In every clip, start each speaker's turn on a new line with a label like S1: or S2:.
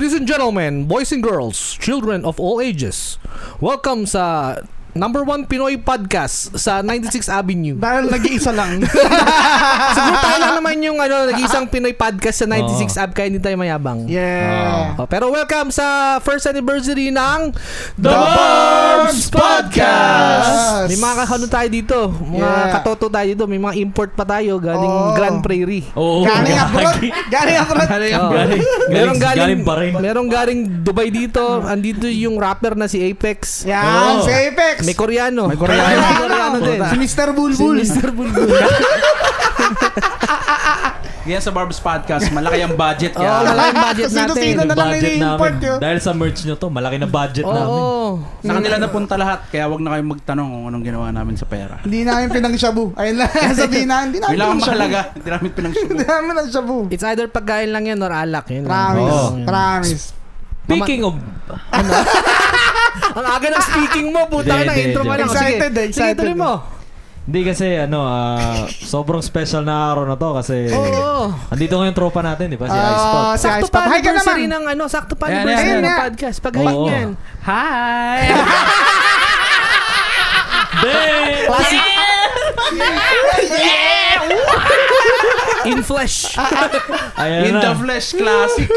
S1: gentlemen, boys and girls, children of all ages, welcome sa number one Pinoy podcast sa 96 Avenue.
S2: Dahil nag-iisa lang.
S1: Siguro tayo lang naman yung ano, nag-isang Pinoy podcast sa 96 Ab, kaya hindi tayo mayabang.
S2: yeah.
S1: Oh, pero welcome sa first anniversary ng
S3: The Burbs Podcast!
S1: May mga kakano tayo dito, mga
S2: Yeah.
S1: katoto tayo dito, may mga import pa tayo galing
S2: Oo.
S1: Grand Prairie.
S3: Oo.
S2: Galing
S1: Oh.
S2: abroad.
S3: gagi.
S2: Galing abroad.
S3: Galing
S1: Oo.
S3: abroad.
S1: Merong galing,
S3: galing Bahrain.
S1: merong galing Dubai dito, andito yung rapper na si Apex.
S2: Yan,
S3: Oo.
S2: si Apex.
S1: Oh.
S2: Ano
S1: May Koreano.
S3: May Koreano.
S1: May Koreano din.
S2: Ah, Si Mr. Bulbul.
S1: Si Mr. Bulbul.
S4: Yan sa Barb's Podcast, malaki ang budget
S1: Oo,
S4: yan.
S1: Oh, malaki yung budget natin.
S2: Sino-sino
S3: Yung
S2: na lang
S3: budget
S2: ini-import
S3: namin.
S2: yun.
S3: Dahil sa merch nyo to, malaki na budget
S1: Oo.
S3: namin.
S4: Sa kanila napunta lahat, kaya wag na kayong magtanong kung anong ginawa namin sa pera.
S2: Hindi namin pinang-shabu. Ayun lang, sabihin na, hindi namin
S4: Bilang ang
S2: pinang-shabu.
S4: mahalaga, hindi namin pinagsubo.
S2: Hindi namin pinang-shabu.
S1: It's either pagkain lang yan or alak. Yun lang.
S2: Promise.
S3: Oo.
S2: Promise.
S3: Speaking of...
S1: Ang aga ng speaking mo, puta ka
S3: Hindi,
S1: ng
S3: hindi,
S1: intro pa
S3: hindi.
S1: lang.
S2: Excited eh,
S1: Sige, sige
S2: excited
S1: tuloy
S2: eh.
S1: mo.
S3: Hindi kasi ano, ah, sobrang special na araw na to kasi...
S1: Oo.
S3: Andito ngayon tropa natin, di ba? Si
S2: Ah,
S3: Ice Pop.
S2: si
S1: Sakto
S2: Ice
S1: pa
S2: Pop. Hi ka
S1: anniversary
S2: naman.
S1: ng ano, sakto pa
S4: Ayan,
S1: anniversary
S2: ayan,
S1: ng
S2: ayan.
S1: podcast. Pagkain
S3: Oo.
S1: yan.
S3: Damn!
S1: Classic. In flesh.
S2: Ah,
S3: Ayan
S4: In
S3: na.
S4: the flesh classic.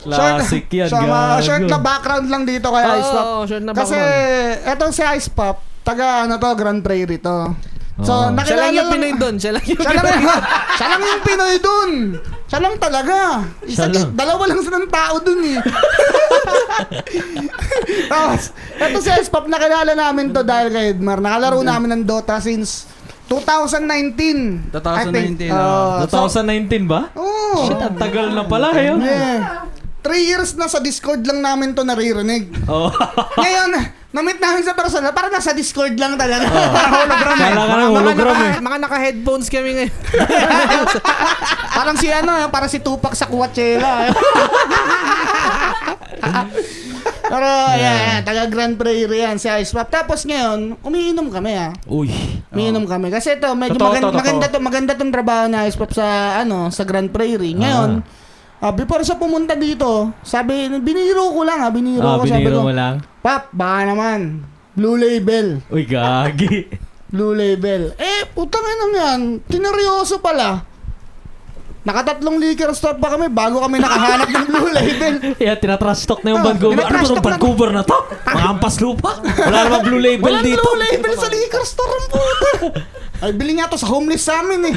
S3: Classic yan,
S2: so, mga
S3: gago.
S2: short na background lang dito kay Ice Pop.
S1: Oo, short na
S2: ah. Kasi,
S1: background.
S2: etong si Ice Pop, taga ano to, Grand Prairie to. So,
S1: Oh. Siya
S3: Oo.
S2: nakilala
S1: lang yung
S2: lang-
S1: Pinoy doon. Siya lang yung
S2: Siya lang, yung- siya lang yung Pinoy dun. Siya lang talaga. Isa,
S3: Siya lang.
S2: Dalawa lang silang tao dun eh. Tapos, eto si S-Pop, nakilala namin to dahil kay Edmar. Nakalaro
S3: Mm-hmm.
S2: namin ng Dota since 2019. I think.
S4: 2019,
S2: Oo. So,
S3: 2019 ba?
S2: oo.
S3: ah. Shit, ah. ang tagal na pala eh, oh. yun.
S2: Yeah. Three years na sa Discord lang namin to naririnig.
S3: Oh.
S2: Ngayon, na-meet namin sa personal, parang nasa Discord lang talaga.
S1: hologram.
S3: eh. Kala ka ng hologram
S1: naka,
S3: eh.
S1: Mga naka-headphones kami ngayon.
S2: parang si ano, parang si Tupac sa Coachella. Pero yeah. yeah, taga Grand Prairie yan si Ice Pop. Tapos ngayon, umiinom kami ah.
S3: Uy.
S2: Umiinom kami kasi ito medyo
S4: Totoo,
S2: maganda,
S4: totoo.
S2: maganda to, maganda tong trabaho ni Ice Pop sa ano, sa Grand Prairie. Ngayon, ah, before siya pumunta dito, sabi biniro ko lang ah, biniro
S3: Ah,
S2: ko sabi ko.
S3: biniro mo lang.
S2: Pop, baka naman. Blue label.
S3: Uy, gagi.
S2: Blue label. Eh, putang ina yan. Tineryoso pala. Nakatatlong liquor store pa kami bago kami nakahanap ng blue label.
S3: Yeah, tinatrash talk na yung
S2: Oh,
S3: Vancouver. Ano ba
S2: tinatrash
S3: itong
S2: talk na-
S3: Vancouver na to? Mga ampas lupa. Wala namang blue label
S2: Walang
S3: dito.
S2: blue label sa liquor store ang puta. Ay, bili nga to sa homeless sa amin eh.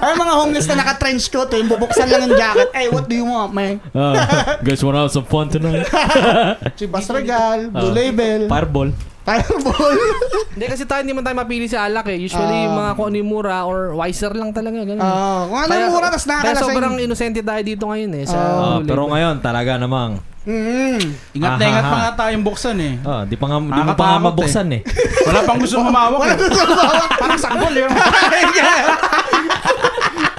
S2: Ay, mga homeless na naka-trench coat eh. Bubuksan lang yung jacket. Ay, what do you want, man?
S3: Ah, guys, wanna have some fun tonight?
S2: Chivas Regal, blue
S3: Ah.
S2: label,
S3: Fireball.
S2: fireball.
S1: Hindi kasi tayo hindi man tayo mapili sa alak eh. Usually
S2: Ah.
S1: mga kung ano yung mura or wiser lang talaga. Ganun.
S2: Ah, kung ano mura, tas
S1: Kaya
S2: nakakalasing.
S1: sobrang inosente tayo dito ngayon eh. Sa
S2: Ah.
S3: Ah,
S1: huli.
S3: pero ngayon, talaga namang.
S2: Mm.
S4: Ingat na
S3: Aha,
S4: ingat pa
S3: aha.
S4: nga tayong buksan eh.
S3: Ah, di pa nga, di mo pa nga
S4: Nakakatakot
S3: mabuksan eh.
S4: Wala pang gusto humawak
S2: Wala
S4: eh.
S2: na sumawak.
S4: Parang sanggol yun.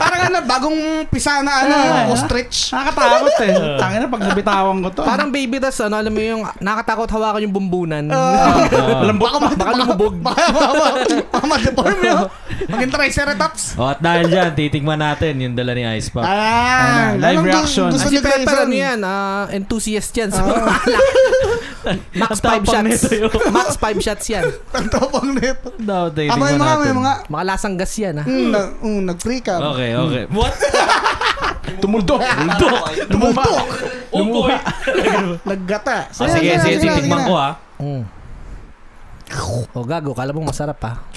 S2: Parang ano, bagong pisa na ano,
S4: Ah.
S2: ostrich.
S4: Nakakatakot eh. Tangin na pag nabitawan ko to.
S1: Parang baby tas ano, alam mo yung nakakatakot hawakan yung bumbunan.
S3: Ah.
S4: Lambot pa.
S1: Baka lumubog.
S2: Baka ma-deform yun. Maging triceratops.
S3: Oh, at dahil dyan, titigman natin yung dala ni Ice Pop.
S2: Ah,
S4: Live
S2: anong gu-
S4: reaction.
S2: Gusto
S1: Si
S2: niyo guys
S1: Pepper, ano
S2: yun?
S1: yan? ah, enthusiast yan sa mga alak. Max
S3: Ang
S1: 5
S3: tapang
S1: shots.
S3: nito yun.
S1: Max 5 shots yan.
S2: Ang tapang nito.
S3: Daw, titigman
S2: Ako
S3: natin.
S2: yung mga, may mga,
S1: Mga lasang gas yan ah. ha.
S2: mm, nag- mm, nag-freak out.
S3: Okay, okay. What?
S4: Tumuldo. Tumuldo. Tumuldo.
S3: Umuwi.
S2: Naggata.
S3: Ah, sige, sige, titikman ko ah. ha.
S1: Mm. O Oh, gago, kala mong masarap ah. ha.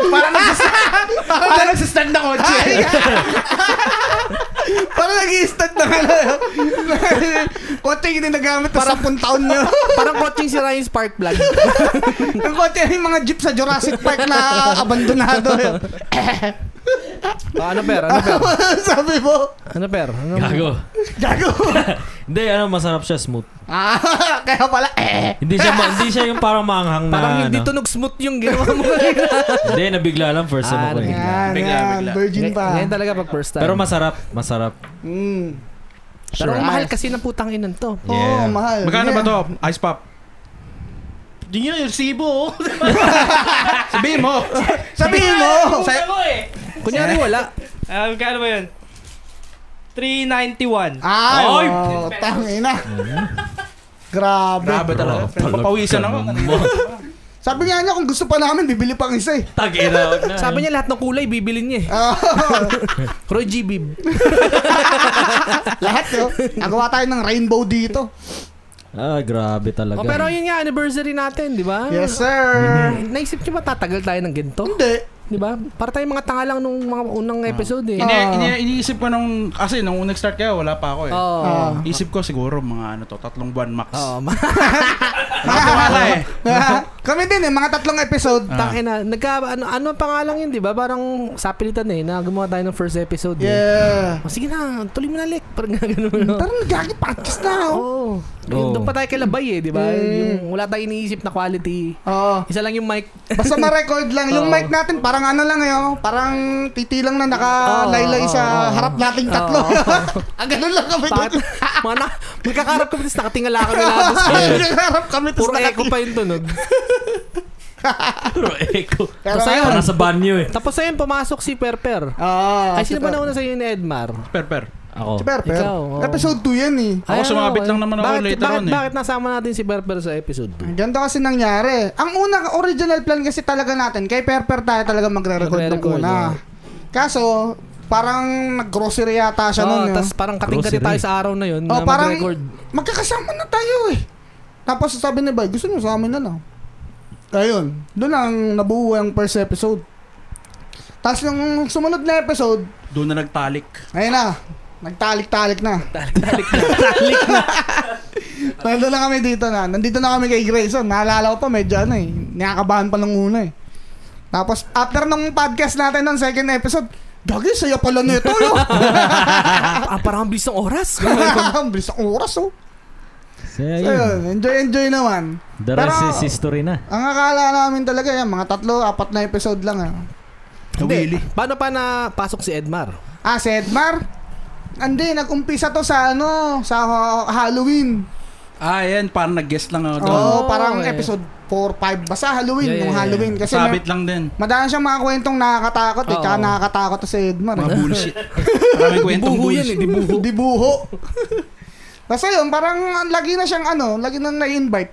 S4: Parang nagsis- parang nagsistand na kotse.
S2: Parang nag-i-stand na ano. Kote yung ginagamit na 10 taon nyo.
S1: Parang coaching si Ryan Spark Plug.
S2: Ang kote yung mga jeep sa Jurassic Park na abandonado. yun.
S1: Ah, ano per? Ano per?
S2: Sabi mo,
S1: Ano per? Ano
S3: Gago.
S2: gago.
S3: Hindi, ano, masarap siya, smooth.
S2: Ah, kaya pala, eh.
S3: Hindi siya, ma- hindi siya yung parang maanghang na,
S1: Parang hindi
S3: ano.
S1: tunog smooth yung ginawa mo.
S3: Hindi, nabigla lang first
S1: Ah,
S3: time ako eh.
S1: nabigla.
S2: Yan,
S4: Bigla,
S2: yan.
S4: bigla.
S2: Virgin
S1: Ganyan
S2: pa.
S1: ganyan talaga pag first time.
S3: Pero masarap, masarap.
S2: Mm.
S1: Pero ang mahal
S2: Ayos.
S1: kasi ng putang inan to.
S2: Oo,
S3: Yeah.
S2: mahal.
S4: Magkano ba
S2: Yeah.
S4: to? Ice pop. Hindi nyo yung resibo. Sabihin mo.
S2: Sabihin mo!
S5: eh?
S4: Sa,
S1: Kunyari wala.
S5: Ano? Ah, magkano ba yun? 391.
S2: Ay,
S4: Oy!
S2: oh, tangina. Grabe.
S4: Mm-hmm. Grabe talaga.
S3: Grabe talaga.
S4: Papawisan ako.
S2: Sabi nga niya, kung gusto pa namin, bibili pang isa eh.
S3: Tagina. wag na.
S1: Sabi niya lahat ng kulay bibilin niya eh.
S2: Ah,
S1: Roy G. Bibb.
S2: lahat yun. Nagawa tayo ng rainbow dito.
S3: Ah, grabe talaga.
S1: Oh, pero yun nga, anniversary natin, di ba?
S2: Yes, sir.
S4: Mm-hmm.
S1: Naisip niyo ba tatagal tayo ng ganito?
S2: Hindi.
S1: Di ba? Para tayong mga tanga lang nung mga unang episode eh.
S4: Ini, ini, iniisip ko nung, kasi nung nag-start kayo, wala pa ako eh.
S1: Oo.
S2: Ah.
S4: Isip ko siguro mga ano to, tatlong buwan max.
S1: Oo.
S4: Nakakawala eh.
S2: Ah. Kami din eh, mga tatlong episode.
S4: Ah.
S1: Tangin na. Nagka, ano, ano ang pangalan yun, di ba? Parang sapilitan eh, na gumawa tayo ng first episode eh.
S2: Yeah.
S1: Oh, sige na, tuloy mo na, Lek. Parang gano'n. no?
S2: Tara, gagi patches na ako.
S1: Oo.
S3: Oo.
S1: Oh. Yung Doon pa tayo kay Labay eh, di ba?
S2: Mm.
S1: Yung wala tayong iniisip na quality.
S2: Oo.
S1: Isa lang yung mic.
S2: Basta ma-record lang. Yung mic natin, parang ano lang yun. Parang titi lang na nakalaylay
S1: Oo, oo,
S2: sa
S1: oo.
S2: harap nating tatlo. Ang ganun lang kami.
S1: Pat, mana, magkakarap kami, tapos nakatingala kami labas.
S2: Harap kami, tapos
S1: Puro echo
S2: nakati.
S1: pa yung tunog.
S3: Puro echo.
S2: Pero
S1: Basta
S2: ayun. Ah,
S1: yun.
S3: Para sa banyo eh.
S1: Tapos ayun, pumasok si Perper.
S2: Oo.
S1: Ay, sino ba nauna sa'yo ni Edmar?
S4: Per, per.
S3: Ako.
S2: Si Perper.
S1: Ikaw, oo.
S2: Episode 2 yan eh.
S4: Ako,
S1: Ay, ano,
S4: sumabit lang naman ako
S1: bakit,
S4: later
S1: bakit,
S4: on eh.
S1: Bakit nasama natin si Perper sa episode 2?
S2: Ang ganda kasi nangyari. Ang una, original plan kasi talaga natin, kay Perper tayo talaga magre-record ng
S1: Magre-record,
S2: una.
S1: oo.
S2: Kaso, parang nag-grocery yata siya nun. eh.
S1: tapos
S2: Tapos,
S1: Ah, parang katingkati
S3: Grocery.
S1: tayo sa araw na yun na
S2: oh, parang
S1: mag-record.
S2: magkakasama na tayo eh. Tapos sabi ni Bay, gusto niyo sa amin na lang. Ayun, doon ang nabuo ang first episode. Tapos nung sumunod na episode,
S4: Doon na nagtalik.
S2: ayun na, nagtalik-talik na. Nandito na kami dito na. Nandito na kami kay Grayson. Naalala ko pa, medyo ano eh. Nakakabahan pa nung una eh. Tapos, after ng podcast natin ng second episode, Gagi, saya pala nito, no?
S1: Ah, ah, parang ang bilis ng oras.
S2: Ang bilis ng oras, oh. So,
S3: So, yun.
S2: yun, enjoy, enjoy naman.
S3: The
S2: Pero-
S3: rest is history na.
S2: Ang akala namin talaga, yan, mga tatlo, apat na episode lang, ah.
S1: Hindi. Paano pa napasok si Edmar?
S2: Ah, si Edmar? Hindi, nag-umpisa to sa, ano, sa ha- Halloween.
S4: Ah, yan. Parang nag-guest lang
S2: Oo,
S4: ako doon.
S1: Oh,
S2: parang
S1: eh.
S2: episode 4, 5. Basta Halloween,
S1: Yeah, yeah,
S2: nung
S1: yeah.
S2: Halloween. Kasi mer-
S4: Sabit lang din.
S2: Madami siyang mga kwentong nakakatakot
S1: Ah,
S2: eh.
S1: Oo.
S2: Tsaka nakakatakot to si Edmar.
S4: Mga
S2: Eh.
S4: bullshit. Maraming kwentong
S1: Dibuho yan eh,
S4: bullshit.
S1: dibuho.
S2: Di buho. Basta yun, parang lagi na siyang ano, lagi na na-invite.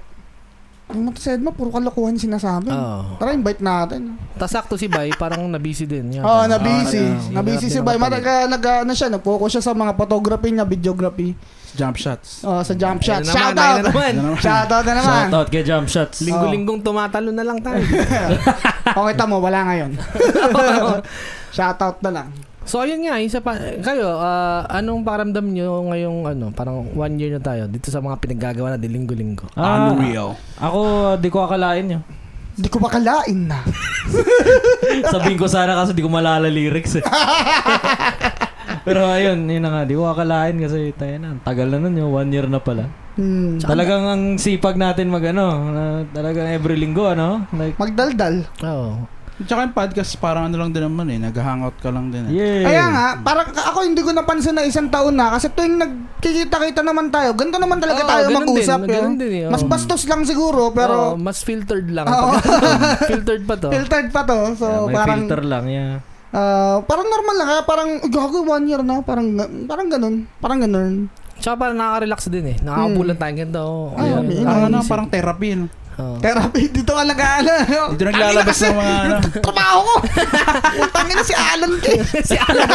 S2: Yung mga si Edmar, puro kalokohan sinasabi.
S1: Oo.
S2: Tara, invite natin.
S1: Tapos Ah, sakto si Bay, parang nabusy din. Yan.
S2: Oo, oh, na-busy.
S1: Ah,
S2: na-busy si Bay. Mataga, nag, ano siya, nag-focus siya sa mga photography niya, videography.
S4: Jump shots.
S2: Oh, sa jump shot.
S1: Ayun na naman,
S2: Shout
S1: ayun
S2: out!
S1: na naman.
S2: Shout out na naman.
S3: Shout out kay Jump Shots.
S1: Linggo-linggong tumatalo na lang tayo.
S2: okay, tamo, Oh, wala ngayon. Shout out na lang.
S1: so ayun nga, isa pa, kayo, ah, anong paramdam nyo ngayong ano, parang one year na tayo dito sa mga pinaggagawa natin linggo-linggo?
S3: Ah,
S4: Unreal.
S3: ako, ah, di ko akalain yun.
S2: Di ko makalain na.
S3: Sabihin ko sana kasi di ko malala lyrics eh. Pero ayun, yun na nga, di ko akalain kasi tayo na. ang Tagal na nun yun, one year na pala.
S2: Hmm.
S3: Talagang ang sipag natin mag ano, na talagang every linggo ano. Like,
S2: Magdaldal.
S1: Oo.
S4: Tsaka yung podcast, parang ano lang din naman eh. Nag-hangout ka lang din eh.
S3: yeah.
S2: Kaya nga, parang ka- ako hindi ko napansin na isang taon na kasi tuwing nagkikita-kita naman tayo, ganito naman talaga
S1: Oo,
S2: tayo
S1: ganun
S2: mag-usap.
S1: din,
S2: eh.
S1: ganun din eh, oo.
S2: Mas bastos lang siguro,
S1: Pero,
S2: pero
S1: mas filtered lang.
S2: Oo.
S1: filtered pa to.
S2: filtered pa to. So,
S3: Yeah, may
S2: parang,
S3: filter lang, yeah.
S2: ah, parang normal lang. Kaya parang, "Uy, gago, one year na. Parang, parang ganun. Parang ganun.
S4: Oh.
S1: Tsaka parang nakaka-relax din eh. Nakakaupo lang tayo ganito. Oh,
S2: Hmm. Ay,
S1: Ayun.
S2: may
S1: Nakaka-
S4: Parang ano,
S1: isip.
S4: parang therapy. No?
S1: Oo.
S2: Therapy, dito alaga-ala.
S4: Dito naglalabas ng mga ano.
S2: Trabaho ko! Utangin na si Alan K.
S1: si Alan.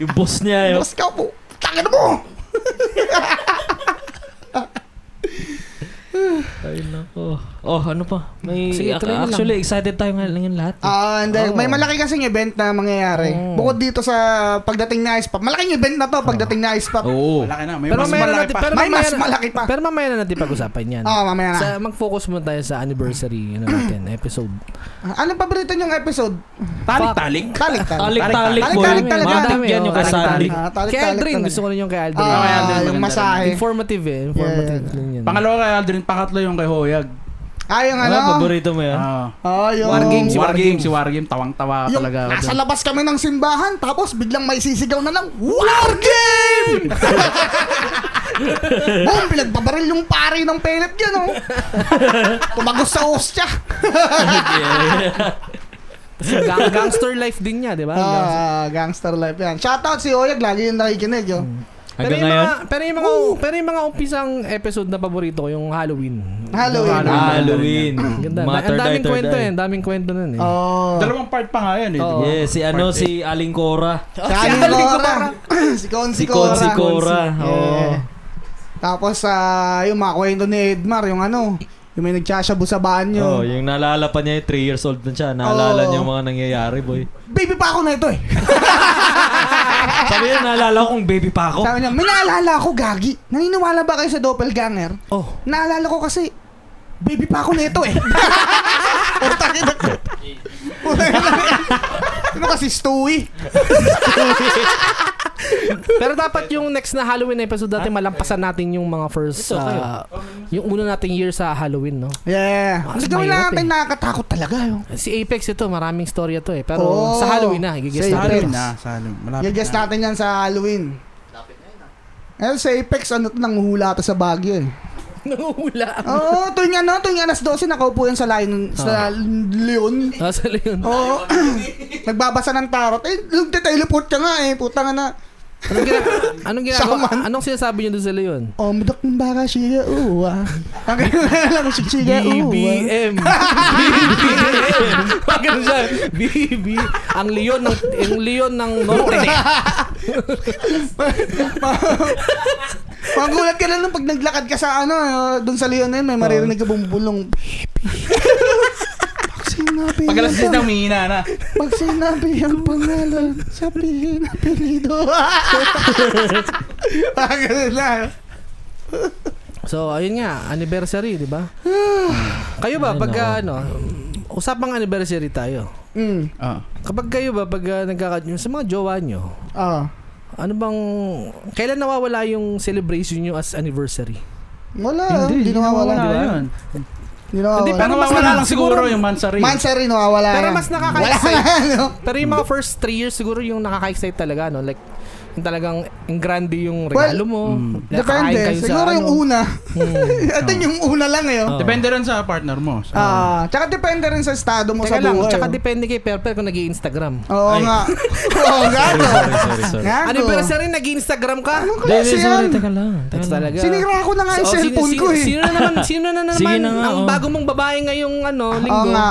S3: Yung boss niya yun.
S2: Mas ka po. Tangin mo!
S3: Ay, nako. Oh, ano pa? May,
S1: Sige, tuloy na lang.
S3: actually, excited tayo ngayon ngayon lahat. eh.
S2: Ah, hindi.
S4: Oh.
S1: Oo.
S2: May malaki kasing event na mangyayari.
S1: Oo.
S2: Bukod dito sa pagdating na ice pop. Malaking event na to pagdating na ice pop.
S3: Oo.
S4: Malaki na. May
S1: Pero
S4: mas
S1: mamaya na
S4: malaki
S1: natin,
S4: pa.
S1: pero
S2: May
S1: mamaya
S2: mas
S1: na-
S2: malaki pa.
S1: Pero mamaya na natin pag-usapan
S4: Oh.
S1: yan.
S2: Oo, Ah, mamaya na.
S1: Sa, mag-focus muna tayo sa anniversary ano natin, episode.
S2: Ano paborito niyong episode?
S4: Talik-talik.
S2: Talik talik.
S3: Talik-talik
S2: Talik-talik
S3: po.
S2: talaga.
S3: Matik yan yung
S1: Talik-talik.
S3: kasali.
S2: Ah, talik-talik
S1: Kay Aldrin,
S2: talaga.
S1: gusto ko rin yung kay Aldrin.
S4: Ah,
S2: Ah,
S4: Aldrin,
S2: yung
S4: maganda
S2: masahe.
S1: Informative eh. Informative
S2: Yeah.
S1: lang yun.
S4: Pangalawa kay Aldrin, pangatlo yung kay Hoyag.
S2: Ah, yung ano?
S3: Ano, paborito mo yan?
S4: Ah.
S2: Ah, yung...
S1: War game,
S4: Wargame,
S1: si
S4: si
S1: War
S4: Wargame,
S1: Game.
S4: si Wargame, tawang-tawa
S2: Yung
S4: Ah, talaga. ako
S2: nasa
S4: dun.
S2: labas kami ng simbahan, tapos biglang may sisigaw na lang, War Game! Boom! Pinagbabaril yung pare ng pellet dyan, oh! Tumagos sa ostya!
S1: Kasi gang- gangster life din niya, di ba? Gangster-
S2: Ah, gangster life yan. Shoutout si Oyag, lagi yung nakikinig. oh. Yo.
S1: pero
S3: Hanggang
S1: yung
S3: ngayon?
S1: mga, pero yung mga, pero yung mga umpisang episode na paborito ko, yung Halloween.
S2: Halloween.
S3: Halloween.
S1: Ang Ganda. Ang
S3: Matter die,
S1: daming
S3: third
S1: kwento eh.
S3: die.
S1: yan, daming kwento nun eh.
S2: Oh.
S4: Dalawang part pa nga yan eh.
S1: Oo.
S3: Yes, si ano, si Aling Cora.
S2: Si Aling Cora. si Con si
S3: Si
S2: Cora.
S3: Con, si Cora.
S2: Yeah.
S3: Oh. Oo.
S2: Tapos ah, yung mga kwento ni Edmar, yung ano, yung may nagtsashabu sa banyo.
S3: Oh, yung naalala pa niya, 3 years old na siya.
S1: Oh.
S2: Oo.
S3: Naalala niya yung mga nangyayari, boy.
S2: Baby pa ako na ito eh.
S3: Sabi niya, naalala ko kung baby
S1: Oh.
S3: pa ako.
S2: Sabi niya, may naalala ako, Gagi. Naniniwala ba kayo sa doppelganger?
S1: Oh.
S2: Naalala ko kasi, baby pa ako nito eh. Putang ina ko. Putang ina ko. Sino kasi Stewie?
S1: Pero dapat yung next na Halloween episode
S2: Ah.
S1: natin, malampasan natin yung mga first,
S3: Ito, kayo.
S1: ah, yung una nating year sa Halloween, no?
S2: Yeah.
S1: Ah,
S2: Kasi gawin lang
S1: mahirap
S2: natin
S1: eh.
S2: nakakatakot talaga. oh. Yung.
S1: Si Apex ito, maraming storya to eh. Pero
S2: Oo.
S1: sa Halloween na, gigis
S2: Oh. Sa
S4: Sa
S1: natin.
S4: Halloween na, sa Halloween. ah, Malapit
S2: Yung guess
S4: na.
S2: natin yan sa Halloween. Ayun, sa Apex, ano to, nanguhula to sa Baguio eh.
S1: Nanguhula.
S2: Oo, tuwing ano, tuwing alas 12, nakaupo yan sa Lion,
S1: Ah.
S2: sa Leon.
S1: Nasa Leon.
S2: Oo, nagbabasa ng tarot. Eh, nagte-teleport ka nga eh, puta nga na.
S1: Anong, gina- anong ginagawa?
S2: Shaman.
S1: Anong sinasabi niyo doon sa Leon?
S2: Oh, mudak ng baka siya uwa. Ang gano'n lang si siya
S1: oh,
S2: uwa.
S1: BBM. BBM. Wag ganun siya. BB. Ang Leon ng ang Leon ng Norte.
S2: Magulat ka na nung pag naglakad ka sa ano, uh, doon sa Leon na yun, may maririnig ka bumubulong. Pag sinabi
S4: Pag alas
S2: ang
S4: 10 na
S2: pang-
S4: humihina na.
S2: pag sinabi ang pangalan, sabihin na pilido. Parang ganun lang.
S1: So, ayun nga, anniversary, di ba? kayo ba
S3: Ay,
S1: pagka ano, usapang anniversary tayo.
S2: Mm.
S4: Ah.
S1: Kapag kayo ba pag uh, nagkaka- yung sa mga jowa nyo,
S2: Ah.
S1: ano bang kailan nawawala yung celebration nyo as anniversary?
S2: Wala. Hindi, nawawala.
S4: Wala yun.
S2: Hindi nawawala.
S1: Hindi,
S4: Pero mas wala lang siguro yung Mansari.
S2: Mansari nawawala.
S1: Pero
S2: yan.
S1: mas nakaka-
S2: Wala na, no?
S1: Pero yung mga first three years siguro yung nakaka-excite talaga, no? Like, yung talagang yung grande yung
S2: Well,
S1: regalo mo.
S4: mm.
S1: nakakain
S2: Depende.
S1: kayo sa
S2: Siguro yung
S1: ano.
S2: una.
S1: Hmm.
S2: I think yung una lang eh. oh.
S1: Oo.
S4: Depende rin sa partner mo. So,
S2: Ah, tsaka depende rin sa estado mo
S1: Teka
S2: sa
S1: lang,
S2: buhay.
S1: tsaka
S2: oh.
S1: depende kay Perper kung nag-i-Instagram.
S2: Oo
S3: Ay.
S2: nga. Oo nga.
S3: Sorry,
S2: no?
S3: sorry, sorry, sorry.
S2: Nga, no?
S1: Anniversary, nag-i-Instagram ka?
S2: Anong
S3: Hindi,
S2: klase
S3: hindi,
S2: yan?
S3: sorry, teka lang. Teka
S1: That's
S3: lang.
S1: talaga.
S2: Ano Sinira ko na nga yung
S1: So,
S2: cellphone
S1: Oh, sino,
S2: ko eh.
S1: Sino na naman, sino na naman
S3: Sige na nga,
S1: ang
S3: oh.
S1: bago mong babae ngayong ano,
S2: Oo
S1: linggo?
S2: nga.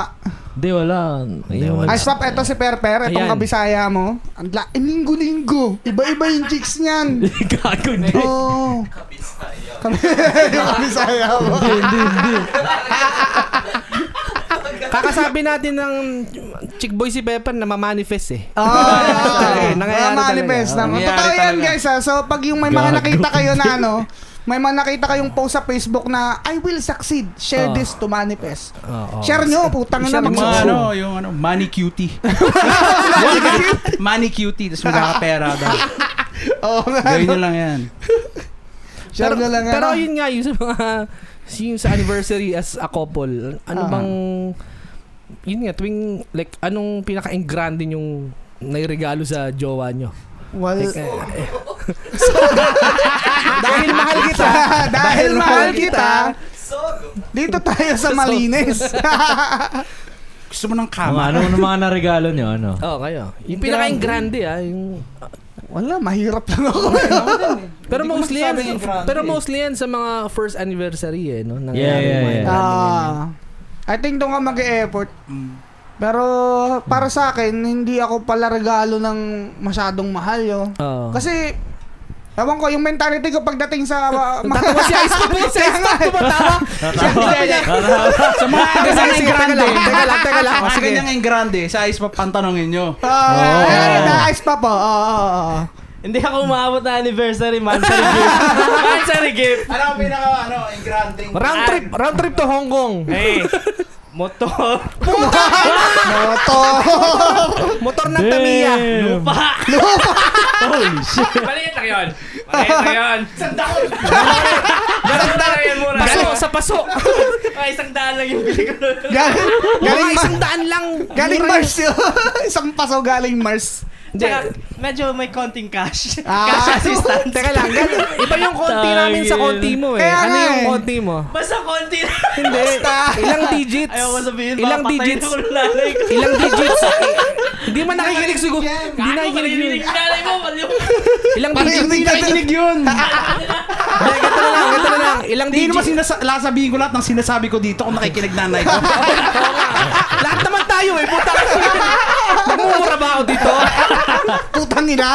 S3: Hindi, wala. Ayun, wala.
S2: Ay, stop. Ito si Perper.
S1: Ayan.
S2: Itong kabisaya mo. Ang la... eh, Linggo-linggo. Iba-iba yung chicks niyan.
S3: Gago, hindi.
S2: Oo. Kabisaya. yung kabisaya mo.
S1: Kakasabi natin ng chick boy si Pepper na mamanifest eh.
S2: Oo.
S1: Talaga, nangyayari
S2: manifest
S1: talaga.
S2: na.
S4: Nangyayari
S2: Totoo yan
S4: talaga.
S2: guys ha. So pag yung may mga
S3: Gago.
S2: nakita kayo na ano, may mga nakita kayong post sa Facebook na I will succeed. Share
S1: Oh.
S2: this to manifest.
S1: Oo.
S2: Share nyo, putang na
S1: Ah. Share
S4: yung mga
S1: Oo.
S4: ano, yung ano, money cutie. money cutie, tapos magkakapera daw.
S2: Oo nga.
S4: Gawin
S2: no?
S4: nyo lang yan.
S2: Share nyo lang
S1: Pero
S2: ano.
S1: yun nga, yung sa mga, yung sa anniversary as a couple, ano
S2: Ah.
S1: bang, yun nga, tuwing, like, anong pinaka-engrande yung nairegalo sa jowa nyo?
S2: Well,
S1: Like, eh, eh. dahil mahal kita,
S2: dahil mahal kita, dito tayo sa malinis.
S4: Gusto mo ng
S3: Mga
S4: kama.
S3: ano, ano mga naregalo niyo, ano?
S1: Oo, oh, kayo. Yung pinaka-engrande, ah, yung,
S2: Wala, mahirap lang ako.
S1: pero
S4: Hindi ko
S1: mostly yan,
S4: masasabi yung grande
S1: pero
S4: eh.
S1: mostly yan sa mga first anniversary, eh, no? Nangyari
S3: Yeah, yeah,
S1: yung mga
S3: yeah.
S1: grande ganyan.
S2: Ah, I think doon ka mag-e-effort. Pero para sa akin, hindi ako pala regalo ng masyadong mahal yo.
S1: Oo.
S2: Kasi, ewan ko, yung mentality ko pagdating sa... Uh,
S1: Tatawa si Ice Pop, si Ice Pop tumatawa.
S4: Sa mga
S1: Teka lang,
S4: kaganyang
S1: teka
S4: grande.
S1: lang, teka lang, teka lang.
S4: Mga
S1: Sige.
S4: kaganyang grande, sa ice pop, pantanongin nyo.
S2: Ah,
S3: Oo.
S2: ayun, na Ice Pop, oh. Oo, oo, oo.
S5: Hindi ako umabot na anniversary, monthly gift. monthly gift.
S4: Ano ang pinaka, ano, yung grande?
S1: Round trip, round trip to Hong Kong.
S5: Hey, motor,
S2: Moto!
S1: Motor ng Tamiya.
S5: lupa.
S3: Holy shit.
S5: Maliit lang yun. Maliit lang yun. Isang daan. Ganun na lang yun muna.
S1: Paso, sa paso.
S5: Ay, isang daan lang yung bili ko. nun.
S2: galing,
S1: Mga
S2: galing,
S1: isang daan lang.
S2: galing
S1: Mura
S2: Mars yun. Isang paso galing Mars.
S5: Tsaka, medyo may konting cash.
S2: Ah.
S5: cash assistance.
S1: Teka lang, ganun. iba yung konti
S3: Tangin.
S1: namin sa konti mo eh.
S2: Kaya
S1: ano
S2: nga
S1: yung
S2: eh.
S1: konti mo?
S5: Basta konti lang.
S1: Hindi. Ilang digits?
S5: Ayaw ko sabihin,
S1: Ilang
S5: papatayin
S1: digits?
S5: ako ng nanay ko.
S1: Ilang digits? Eh, Hindi man nakikinig siguro. Hindi
S5: Ako,
S1: nakikinig yun.
S5: maririnig nanay mo, maliw.
S1: Ilang digits?
S2: Parinig natin.
S4: yun!
S1: Hindi, ganito na lang, ganito na lang. Ilang
S4: Hindi naman
S1: digits?
S4: sinasa- lasabihin ko lahat ng sinasabi ko dito kung nakikinig nanay ko.
S1: Lahat naman tayo eh, puta ka. Nagmumura ba ako dito?
S2: Putang ina.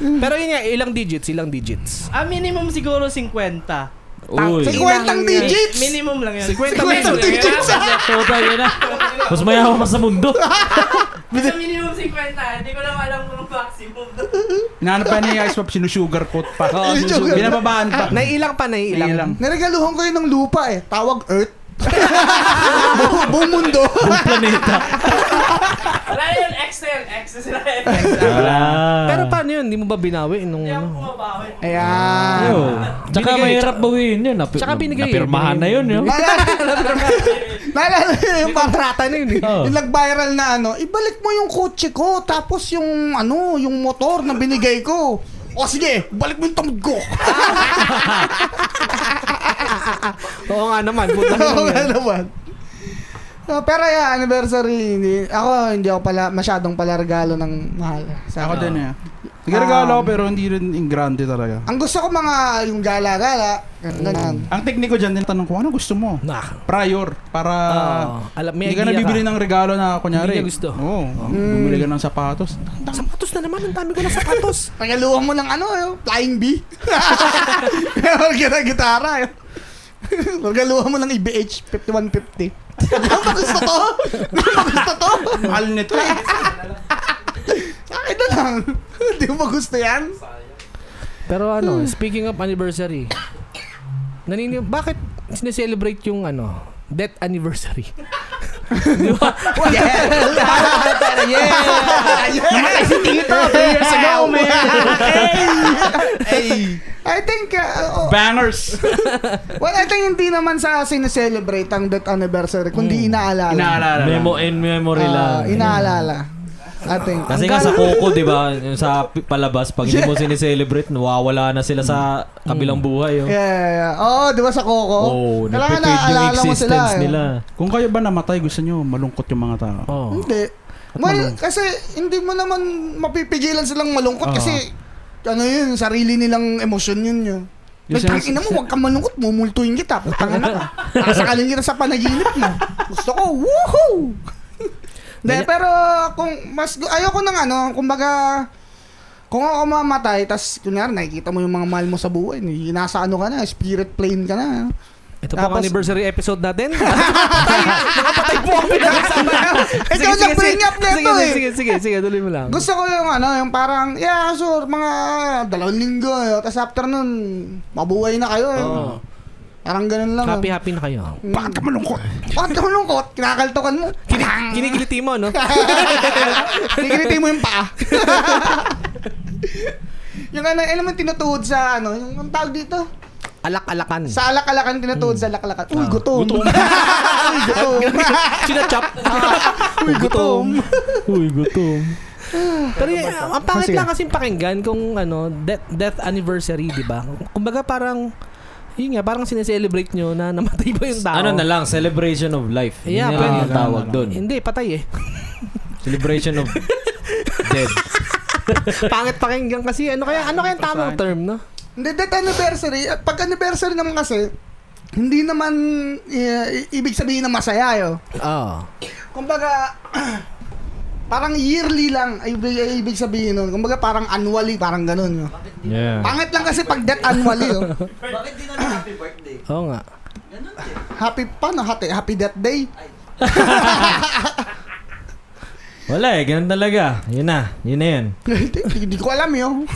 S1: Pero yun nga, ilang digits? Ilang digits?
S5: Ah, minimum siguro 50.
S3: Uy.
S1: Tangin.
S2: 50 digits.
S5: Minimum lang yun.
S1: 50
S5: minimum lang yun.
S2: digits.
S3: Puta yun
S5: ah.
S3: na. Mas mayaman pa sa mundo.
S5: Basta minimum 50. Hindi ko lang alam kung maximum.
S4: Hinahanap pa niya yung ice pop, sinusugarcoat pa.
S3: Oo,
S2: sinusugar-
S4: Binababaan pa.
S1: Naiilang pa, naiilang.
S4: Naiilang.
S2: Niregaluhan ko yun ng lupa eh. Tawag Earth. Bu- Buong mundo.
S3: Planeta.
S5: Wala yun, X na yun. X na sila. X.
S3: Ah.
S1: Pero paano yun? Hindi mo ba binawi nung
S5: Kaya
S1: ano?
S5: bumabawi.
S3: Yo.
S2: Ayan.
S3: Tsaka
S1: Binigay-
S3: mahirap bawiin yun. Napi-
S1: Tsaka binigay-
S3: Napirmahan na yun. yun.
S2: Naalala niyo yung parang
S1: Kontrata na yun eh.
S3: Oo.
S2: yung nag-viral na ano, ibalik mo yung kotse ko, tapos yung ano, yung motor na binigay ko. O sige, balik mo yung tamad ko.
S1: Oo nga naman. Puta ka
S2: Oo nga
S1: naman.
S2: naman. Ah, Ano pero yeah, anniversary, hindi, ako hindi ako pala, masyadong pala regalo ng mahal. Sa ano.
S4: Ako
S2: akin.
S4: din
S1: Ah.
S4: eh. Nagregalo ako pero hindi rin in grande talaga.
S2: Ang gusto ko mga yung gala-gala, ganun.
S4: Ang tekniko dyan, tinatanong ko, ano gusto mo?
S1: Nah.
S4: Prior, para
S1: Oo. Ah, Alam, may
S4: hindi ka
S1: idea
S4: nabibili
S1: ka.
S4: ng regalo na kunyari.
S1: Hindi niya gusto. Oh.
S4: Oo. Bumili ka ng sapatos.
S1: Sapatos na naman. Ang dami ko na sapatos.
S2: Pagaluhan mo ng ano, yung flying bee. Meron ka na gitara. yun. Pagaluhan mo ng EBH 5150. Ang gusto to? Ang gusto to?
S4: Mahal nito eh.
S2: Akin na lang. Hindi mo gusto yan?
S1: Pero ano, speaking of anniversary, nanini bakit sineselebrate yung ano, death anniversary? Di ba?
S2: Namatay si Tito 3 years ago, man.
S4: Ay!
S2: I think, uh, oh,
S4: Bangers!
S2: well, I think hindi naman sa sineselebrate ang death anniversary, kundi Mm. inaalala.
S4: Inaalala. lang.
S3: Memo and memory lang.
S2: Ah, inaalala. I think.
S3: Kasi
S2: Ang
S3: nga sa
S2: gala-
S3: Coco, di ba, yung sa pi- palabas, pag hindi mo sineselebrate, nawawala na sila sa kabilang buhay. Oh.
S2: Mm. Yeah, yeah, yeah. Oo, di ba sa Coco?
S3: Oh,
S2: Kailangan
S3: nagpe-fade yung
S2: naaalala mo sila,
S3: existence
S2: eh.
S3: nila.
S4: Kung kayo ba namatay, gusto nyo malungkot yung mga tao.
S3: Oh.
S2: Hindi. Well,
S4: malungkot.
S2: kasi hindi mo naman mapipigilan silang malungkot
S3: Oo.
S2: kasi ano yun, sarili nilang emosyon yun yun.
S4: Yung
S2: Like, tangin mo, huwag kang malungkot, mumultuin kita. Putang ina ka. Nakasakalin kita sa panaginip mo. Gusto ko, woohoo! Hindi, pero kung mas, ayoko ng ano, kumbaga, kung ako mamatay, tas kunyari nakikita mo yung mga mahal mo sa buhay, nasa ano ka na, spirit plane ka na.
S1: Ito po ang
S2: Tapos-
S1: anniversary episode natin. Nakapatay, nakapatay po ang pinag-usapan.
S2: Ikaw nag-bring up na
S1: sige,
S2: ito,
S1: sige,
S2: eh.
S1: sige, sige, sige, tuloy mo lang.
S2: Gusto ko yung ano, yung parang, yeah, sure, mga dalawang linggo. eh. Tapos after nun, mabuhay na kayo. eh.
S1: Oo.
S2: Parang ganun lang.
S1: Happy
S2: eh.
S1: happy na kayo.
S4: Bakit ka malungkot?
S2: Bakit ka malungkot? Kinakaltokan mo.
S1: Kini, kinikiliti mo, no?
S2: Kinigiliti mo yung paa. yung ano, alam mo, tinutuhod sa ano, yung ang tawag dito?
S1: Alak-alakan.
S2: Sa alak-alakan, tinutuhod sa alak-alakan.
S1: Ah,
S2: Uy, gutom.
S4: Gutom.
S2: Uy, gutom.
S1: Sinachap.
S2: Uy, gutom.
S3: Uy, gutom.
S1: Pero yun, ang pangit lang kasi pakinggan kung ano, death, death anniversary, di ba? Kumbaga parang, yun nga, parang sineselebrate nyo na namatay ba yung tao.
S3: Ano na lang, celebration of life.
S1: Yeah,
S3: Yun na
S1: pwede.
S3: lang ang tawag doon.
S1: Hindi, patay eh.
S3: Celebration of dead.
S1: pangit pakinggan kasi. Ano kaya, ano kaya yung tamang term, no?
S2: Hindi, that anniversary, at pag anniversary naman kasi, hindi naman eh, i- ibig sabihin na masaya yo.
S1: Oo.
S2: Kumbaga, parang yearly lang ay ibig, ay ibig sabihin nun. Kumbaga parang annually, parang ganun. Yo.
S3: Yeah.
S2: Pangit lang kasi pag that annually. oh. Yo.
S6: Bakit di namin happy birthday?
S1: Oo nga.
S6: Ganun din.
S2: Happy, paano? Happy, happy that day.
S3: Wala eh, ganun talaga. Yun na, yun na yan.
S2: Hindi hindi ko alam yo.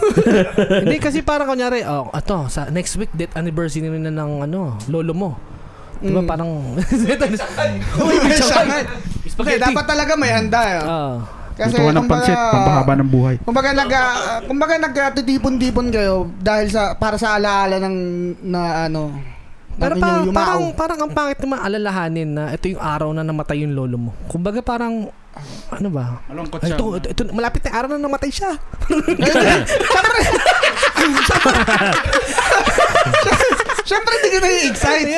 S1: Hindi, kasi parang kunyari, oh, ato, sa next week, death anniversary na ng, ano, lolo mo. Di ba,
S2: Mm.
S1: parang,
S2: Uy, may shanghai. Hindi, dapat talaga may handa yo.
S1: Oo.
S2: Kasi
S4: Gusto ko ng pansit, pampahaba ng buhay.
S2: Kumbaga nag ah, kumbaga nagtitipon-tipon kayo dahil sa para sa alaala ng na ano. ng
S1: Pero
S2: inyong
S1: parang,
S2: yumao.
S1: parang, parang ang pangit naman alalahanin na ito yung araw na namatay yung lolo mo. Kumbaga parang Ano ba?
S5: Malungkot
S1: Ay,
S5: siya.
S1: ito, ito, ito- malapit na araw na namatay siya.
S2: Siyempre, hindi ka nai-excite.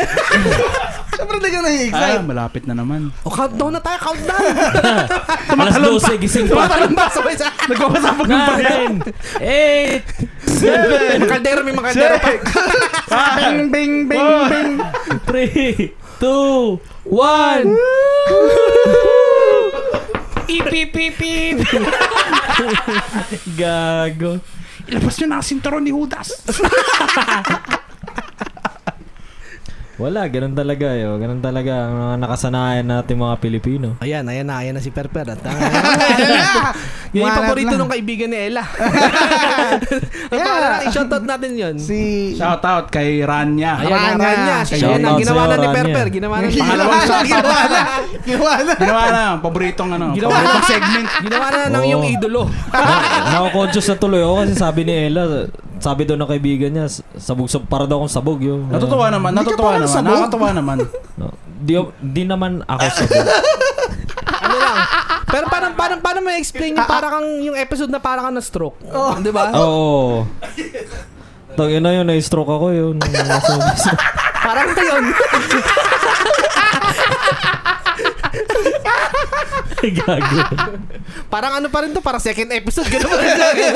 S2: Siyempre, hindi ka
S4: Ah,
S2: nai-excite.
S4: malapit na naman.
S1: O countdown na tayo, countdown.
S3: Alas 12, gising pa.
S1: Parang ba? Sabay sa...
S4: Nagpapasabog ng bagay.
S3: 9, 8,
S1: May kaldero, may mga kaldero pa.
S4: Ah.
S2: Bing, bing, bing, bing.
S3: 3, 2, 1.
S1: Ipipipip.
S3: Gago.
S4: Oh. Ilabas nyo na ang sinturon ni Judas.
S3: Wala, ganun talaga eh. oh. Ganun talaga ang mga nakasanayan natin mga Pilipino.
S1: Ayan, ayan na, ayan na si Perper. At,
S2: Ah,
S1: Yun yung
S2: walat
S1: paborito
S2: lang.
S1: ng kaibigan ni Ella. Ang pangalan, I-shoutout natin yun.
S2: Si...
S4: Shout out kay Rania.
S1: Ayan, Rania. Rania.
S2: Rania.
S1: Siya yun ang
S3: Shoutout
S1: ginawa na ni
S3: sa'yo, Rania.
S1: Perper. Ginawa na ni
S2: Ginawa na, ginawa na. Ginawa na.
S4: Ginawa na, paboritong ano.
S1: Ginawa na segment. Ginawa na ng
S3: Oo.
S1: yung idolo.
S3: Nakakonsyos na tuloy ako kasi sabi ni Ella, sabi daw ng kaibigan niya, sabog sa para daw akong sabog yun.
S4: Natutuwa naman,
S2: Hindi ka
S4: natutuwa
S2: parang
S4: naman,
S2: sabog.
S4: nakakatuwa naman.
S3: No, di, di naman ako sabog.
S1: ano lang. Pero parang, parang, parang may explain yung para kang, yung episode na para kang na-stroke. Di ba?
S3: Oo. Tang ina yun, na-stroke ako yun. Nasa-
S1: Parang ito yun.
S3: Gago.
S1: Parang ano pa rin to, parang second episode. Ganun pa rin.